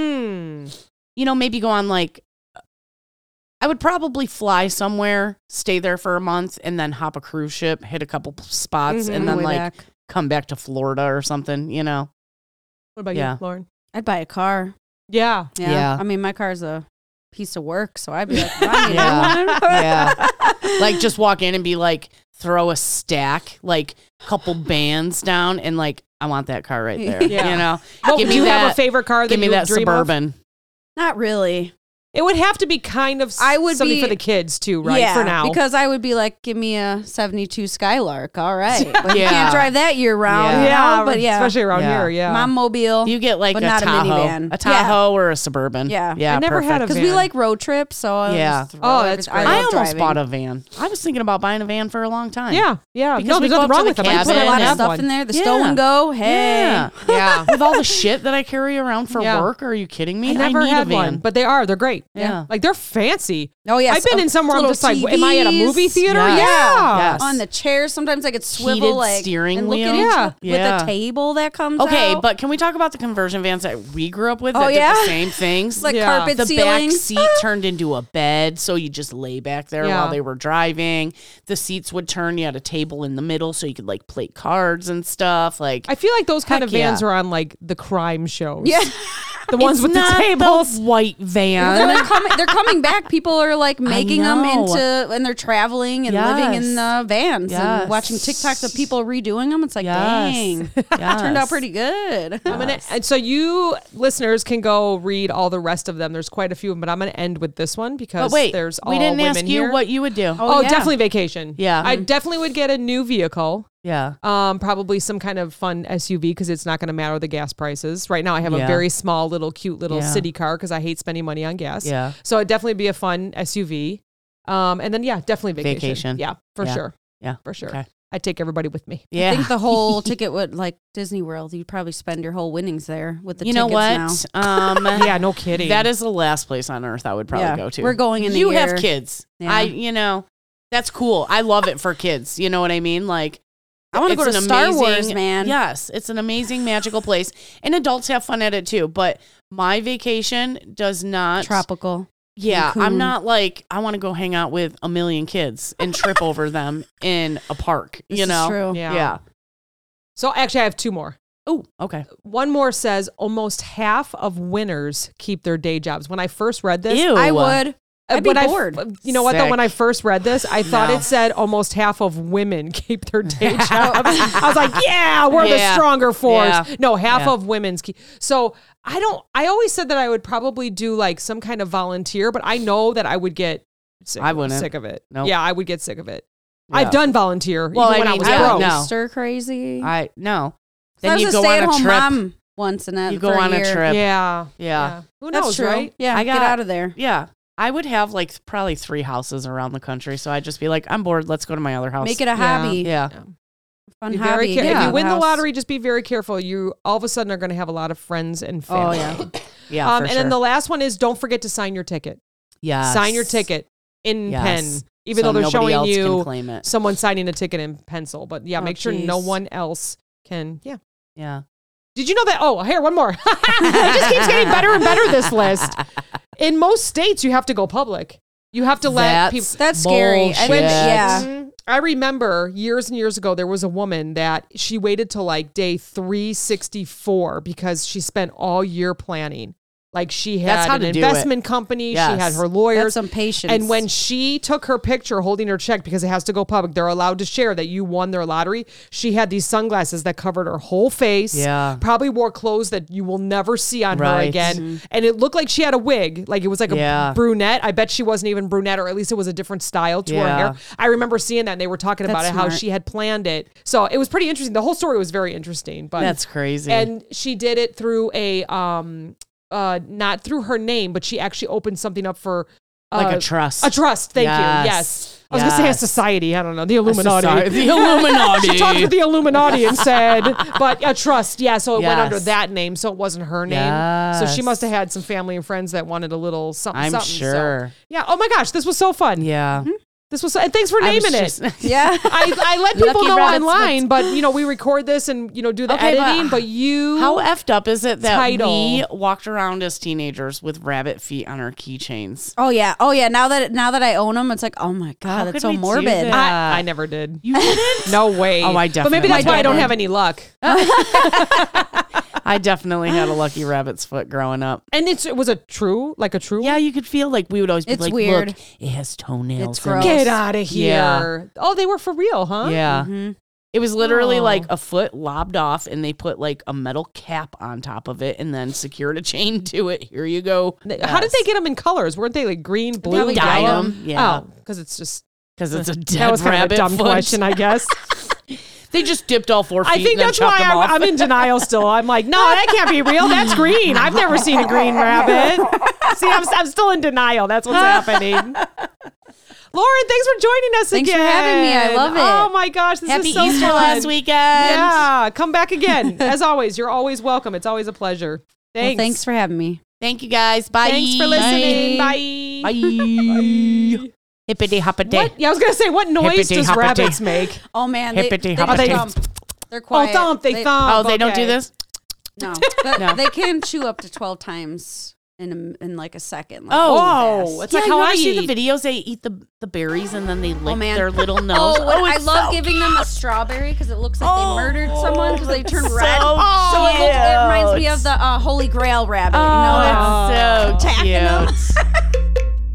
S3: Mm.
S4: You know, maybe go on like I would probably fly somewhere, stay there for a month, and then hop a cruise ship, hit a couple p-
S3: Mhm.
S4: spots, and
S2: On
S4: then
S2: the way
S4: like
S2: back.
S4: come back to Florida or something, you know.
S3: What about
S4: Yeah.
S3: you, Lauren?
S2: I'd buy a car.
S3: Yeah.
S2: Yeah.
S4: Yeah.
S2: I mean, my car's a piece of work, so I'd be
S3: *laughs*
S2: like, I need
S4: Yeah.
S2: one.
S4: Yeah.
S2: *laughs*
S4: like just walk in and be like, throw a stack, like couple bands down and like, I want that
S3: *laughs*
S4: car right there.
S3: Yeah.
S4: You know?
S3: What,
S4: Give
S3: do
S4: me
S3: you have a
S4: that-
S3: favorite car that
S4: Give me
S3: you
S4: that
S3: dream of?
S4: suburban.
S3: *laughs*
S2: Not really.
S3: It would have to be kind of I
S2: I
S3: would
S2: would
S3: something
S2: be-
S3: for the kids too, right? for now.
S2: Because I would be like, give me a 72
S3: *laughs*
S2: Skylark. All right. But you
S4: Yeah.
S2: can't drive that year round.
S4: Yeah.
S2: you know?
S3: yeah,
S2: But yeah.
S3: especially around
S4: Yeah.
S3: here, yeah.
S2: Mom
S3: Oh,
S2: mobile.
S4: You get like
S2: But
S4: a,
S2: not a
S4: Tahoe,
S2: minivan.
S4: a Tahoe or a suburban.
S2: Yeah.
S4: yeah.
S3: I never had
S4: perfect.
S2: Because
S3: a
S2: we
S3: van.
S2: like road trips. So I
S4: Yeah.
S2: just throw
S3: Oh, that's
S2: everything-
S3: great.
S4: I
S2: love
S4: almost
S2: driving.
S4: bought a van. I was thinking about buying a van for a long time.
S3: yeah, yeah.
S4: Because
S3: no,
S4: we
S3: there's nothing
S4: go up to
S3: wrong
S4: the
S3: with them. I
S4: cabin
S2: Put a lot of
S4: and
S3: have
S2: stuff
S3: one. *laughs*
S2: in there. The
S4: Yeah.
S2: stow and go. Hey.
S4: Yeah.
S3: Yeah.
S4: With all the shit that I carry around for
S3: Yeah.
S4: work, are you kidding me?
S3: I never
S4: need
S3: had
S4: a van.
S3: one, but they are. They're great.
S4: Yeah.
S3: Like they're fancy.
S2: Oh yeah,
S3: I've been in somewhere I'm just like, am I at a movie theater?
S4: Yes.
S3: Yeah.
S4: Yes.
S2: On the chair, sometimes I could swivel
S4: Heated
S2: like
S4: steering
S2: and look
S4: wheel.
S2: at
S3: Yeah.
S2: each with
S4: Yeah.
S2: a table that comes.
S4: Okay,
S2: out.
S4: but can we talk about the conversion vans that we grew up with?
S2: Oh,
S4: that did
S2: yeah?
S4: the same things.
S2: it's like
S3: Yeah.
S2: carpet
S4: the
S3: *laughs*
S4: back
S2: ceilings.
S4: seat turned into a bed, so you just lay back there
S3: Yeah.
S4: while they were driving. The seats would turn. You had a table in the middle, so you could like play cards and stuff. Like
S3: I feel like those kind
S4: Heck
S3: of vans
S4: yeah.
S3: are on like the crime shows.
S2: *laughs* Yeah,
S3: The ones
S4: It's
S3: with the
S4: not
S3: tables.
S4: white
S2: Well,
S4: van.
S2: they're coming. They're coming back. People are like making them
S4: know.
S2: into, and they're traveling and living
S4: Yes.
S2: in the vans
S4: Yes.
S2: and watching TikToks of people redoing them. It's like,
S4: Yes.
S2: dang,
S4: *laughs* Yes.
S2: turned out pretty good.
S3: I'm gonna, and so you listeners can go read all the rest of them. There's quite a few, but I'm gonna end with this one because
S4: But wait,
S3: there's all
S4: we didn't
S3: women
S4: ask you
S3: here.
S4: what you would do.
S3: Oh,
S2: yeah.
S3: definitely vacation.
S4: Yeah.
S3: I definitely would get a new vehicle.
S4: yeah.
S3: Um, probably some kind of fun SUV because it's not going to matter the gas prices. Right now, I have a
S4: Yeah.
S3: very small, little, cute little
S4: Yeah.
S3: city car because I hate spending money on gas.
S4: Yeah.
S3: So it'd definitely be a fun SUV. Um, and then yeah, definitely vacation.
S4: Vacation.
S3: Yeah, for
S4: Yeah.
S3: sure.
S4: Yeah.
S3: for sure.
S4: Okay.
S3: I take everybody with me.
S4: Yeah.
S2: I think
S4: *laughs*
S2: the whole ticket would like Disney World. You'd probably spend your whole winnings there with the
S4: you know
S2: tickets
S4: what?
S2: now.
S4: Um,
S2: *laughs*
S3: Yeah, no kidding.
S4: that is the last place on earth I would probably
S2: Yeah.
S4: go to.
S2: We're going in a
S4: You
S2: year.
S4: have kids.
S2: Yeah.
S4: I, you know, that's cool. I love it for kids. You know what I mean? Like,
S2: I wanna
S4: it's
S2: go to
S4: an
S2: Star Wars,
S4: amazing-
S2: man.
S4: Yes, it's an amazing magical place, and adults have fun at it too. But my vacation does not.
S2: tropical.
S4: yeah,
S2: Cancun.
S4: I'm not like I want to go hang out with a million kids and trip over them in a park.
S2: This
S4: you
S2: is
S4: know?
S2: true.
S3: Yeah.
S4: Oh, Yeah.
S3: So actually, I have two more.
S4: Oh, okay.
S3: One more says almost half of winners keep their day jobs. When I first read this,
S4: Ew.
S2: I would.
S3: Uh,
S2: I'd be
S3: when I f-
S2: bored.
S3: you know what though?
S4: Sick.
S3: When I first read this, I thought
S4: No.
S3: it said almost half of women *laughs* keep
S4: *laughs*
S3: their day jobs. I was like, yeah, we're the
S4: Yeah.
S3: stronger force.
S4: Yeah.
S3: No, half
S4: Yeah.
S3: of women's keep. So I don't. I always said that I would probably do like some kind of volunteer, but I know that I would get. Sick,
S4: I wouldn't.
S3: sick of it.
S4: Nope.
S3: Yeah, I would get sick of it.
S4: Yeah.
S3: I've done volunteer
S4: Well,
S3: even when
S4: I mean,
S3: I was
S4: yeah,
S3: broke.
S2: I'd be
S4: no.
S2: stir crazy.
S4: I no.
S2: So I
S4: Then
S2: was
S4: you
S2: a
S4: go on a
S2: stay-at-home
S4: trip.
S2: mom once and
S4: You go on a
S3: Yeah.
S4: trip. Yeah.
S3: yeah,
S4: Yeah.
S3: Who
S2: That's
S3: knows,
S2: true.
S3: right?
S2: Yeah,
S4: I
S2: get
S4: got-
S2: out of there.
S4: I would have like th- probably three houses around the country, so I'd just be like, I'm bored. Let's go to my other house.
S2: Make it a
S3: Yeah.
S2: hobby.
S4: yeah.
S2: Fun
S3: Be very
S2: hobby.
S3: care-
S2: Get
S3: If
S2: out
S3: you
S2: of
S3: win the
S2: house.
S3: lottery, just be very careful. You all of a sudden are going to have a lot of friends and
S2: Oh
S3: family.
S2: yeah.
S4: Yeah.
S3: um,
S4: for
S3: and
S4: sure.
S3: then the last one is don't forget to sign your ticket.
S4: Yes.
S3: Sign your ticket in
S4: Yes.
S3: pen, even
S4: So
S3: though they're
S4: nobody
S3: showing
S4: else can
S3: you
S4: claim it.
S3: someone signing a ticket in pencil. But yeah,
S2: Oh,
S3: make sure no
S2: geez.
S3: one else can. Yeah.
S4: Yeah.
S3: Did you know that? Oh, here, one more. *laughs* it just keeps getting better and better, this
S4: *laughs*
S3: list. In most states, you have to go public. You have to let people.
S2: That's scary. I
S4: Bullshit.
S2: didn't- yeah.
S4: Mm-hmm.
S3: Mhm. I remember years and years ago, there was a woman that she waited till like day 364 because she spent all year planning. Like she had
S4: That's how
S3: an
S4: to do it.
S3: investment company, she
S4: Yes.
S3: had her
S2: That's
S3: lawyers.
S2: some patience.
S3: And when she took her picture holding her check because it has to go public, they're allowed to share that you won their lottery. She had these sunglasses that covered her whole face.
S4: Yeah.
S3: Probably wore clothes that you will never see on her
S4: Right. Mm-hmm.
S3: again. And it looked like she had a wig. Like it was like a
S4: Yeah.
S3: brunette. I bet she wasn't even brunette, or at least it was a different style to her
S4: Yeah.
S3: hair. I remember seeing that and they were talking about it,
S2: That's
S3: how
S2: smart.
S3: she had planned it. So it was pretty interesting. The whole story was very interesting. But
S4: That's crazy.
S3: and she did it through a um uh not through her name, but she actually opened something up for uh,
S4: like a trust.
S3: a trust. Thank
S4: Yes.
S3: you. Yes. I was gonna say a
S4: Yes.
S3: society. I don't know the
S4: A
S3: Illuminati.
S4: society- *laughs* The Illuminati.
S3: She talked with the Illuminati and said,
S4: *laughs*
S3: but a trust, yeah. So it went under
S4: Yes.
S3: that name, so it wasn't her name. So she must have had some family and friends that wanted a little something.
S4: I'm
S3: something, so-
S4: sure.
S3: yeah. Oh my gosh, this was so fun.
S4: Yeah.
S3: This was so, and thanks for
S4: I was
S3: naming it.
S4: just- *laughs*
S2: *laughs* yeah.
S3: I, I let people
S4: Lucky
S3: know
S4: rabbits,
S3: online, but you know we record this and you know do the
S4: Okay, but
S3: editing. But, you,
S4: How effed up is it that we
S3: Title.
S4: walked around as teenagers with rabbit feet on our keychains?
S2: Oh yeah. Oh yeah. Now that now that I own them, it's like, oh my god,
S4: How
S2: that's
S4: could
S2: so
S4: we do
S2: morbid.
S4: that?
S3: I, I never did.
S4: You didn't?
S3: No way.
S4: Oh, I
S3: But maybe
S4: definitely
S3: that's why I don't
S4: did.
S3: have any luck.
S4: I definitely had a *sighs* lucky rabbit's foot growing up.
S3: And it's it was a true, like a true.
S4: Yeah, you could feel like we would always be
S2: It's
S4: like,
S2: weird.
S4: look, it has toenails.
S2: It's
S4: in it."
S2: gross.
S3: Get out of here.
S4: Yeah.
S3: Oh, they were for real, huh?
S4: Yeah. Mm-hmm. It was literally
S3: Oh.
S4: like a foot lobbed off, and they put like a metal cap on top of it and then secured a chain to it. Here you go.
S3: They- How did they get them in colors? Weren't they like green, blue,
S4: probably dyed
S3: yellow?
S4: 'em, yeah.
S3: Oh, because it's just
S4: Because it's a dead
S3: that was kind of a
S4: rabbit
S3: dumb
S4: foot.
S3: question, I
S4: *laughs*
S3: guess.
S4: They just dipped all four feet.
S3: I think
S4: and then
S3: that's why
S4: chopped
S3: I'm,
S4: 'em off.
S3: I'm in denial still. I'm like, no, that can't be real. That's green. I've never seen a
S4: *laughs*
S3: green rabbit. See, I'm, I'm still in denial. That's what's happening. Lauren, thanks for joining us
S2: Thanks for
S3: again.
S2: having me. I love it.
S3: Oh my gosh, this
S4: Happy
S3: is so
S4: Easter
S3: fun.
S4: last weekend.
S3: Yeah, come back
S4: *laughs*
S3: again. As always, you're always welcome. It's always a pleasure.
S2: Well,
S3: Thanks.
S2: thanks for having me.
S4: Thank you guys. Bye.
S3: Thanks for listening. Bye.
S4: Bye. Hippity hoppity.
S3: What? Yeah, I was gonna say, what noise
S4: Hippity
S3: does
S4: hoppity.
S3: rabbits *laughs* make?
S2: Oh man, they,
S4: Hippity
S2: they
S4: hoppity.
S2: thump. They're quiet.
S3: Oh, thump. They, thump.
S4: Oh, they don't
S3: Okay.
S4: do this?
S3: *laughs*
S2: No, But they can chew up to twelve times in a, in like a second. Like,
S4: Oh.
S2: really fast.
S3: Whoa, it's
S4: yeah,
S3: like Oh,
S4: you
S3: how
S4: ever
S3: I
S4: see
S3: eat.
S4: the videos? They eat the, the berries and then they lick
S2: man.
S3: *laughs*
S4: their little nose.
S2: Oh, when- I
S4: it's so
S2: love giving them a strawberry because it looks like
S4: Oh,
S2: they murdered someone because they turned
S4: so
S2: red. Oh, so it, looks, it reminds me
S4: cute.
S2: of the uh, Holy Grail rabbit. you
S4: Oh,
S2: know, that's
S4: it's Oh, so
S2: Tacking them.
S4: cute.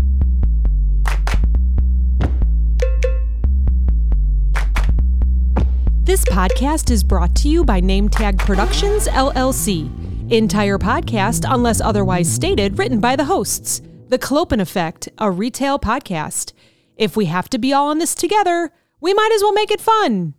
S3: This podcast is brought to you by Nametag Productions, LLC. Entire podcast, unless otherwise stated, written by the hosts. The Clopen Effect, a retail podcast. If we have to be all in this together, we might as well make it fun.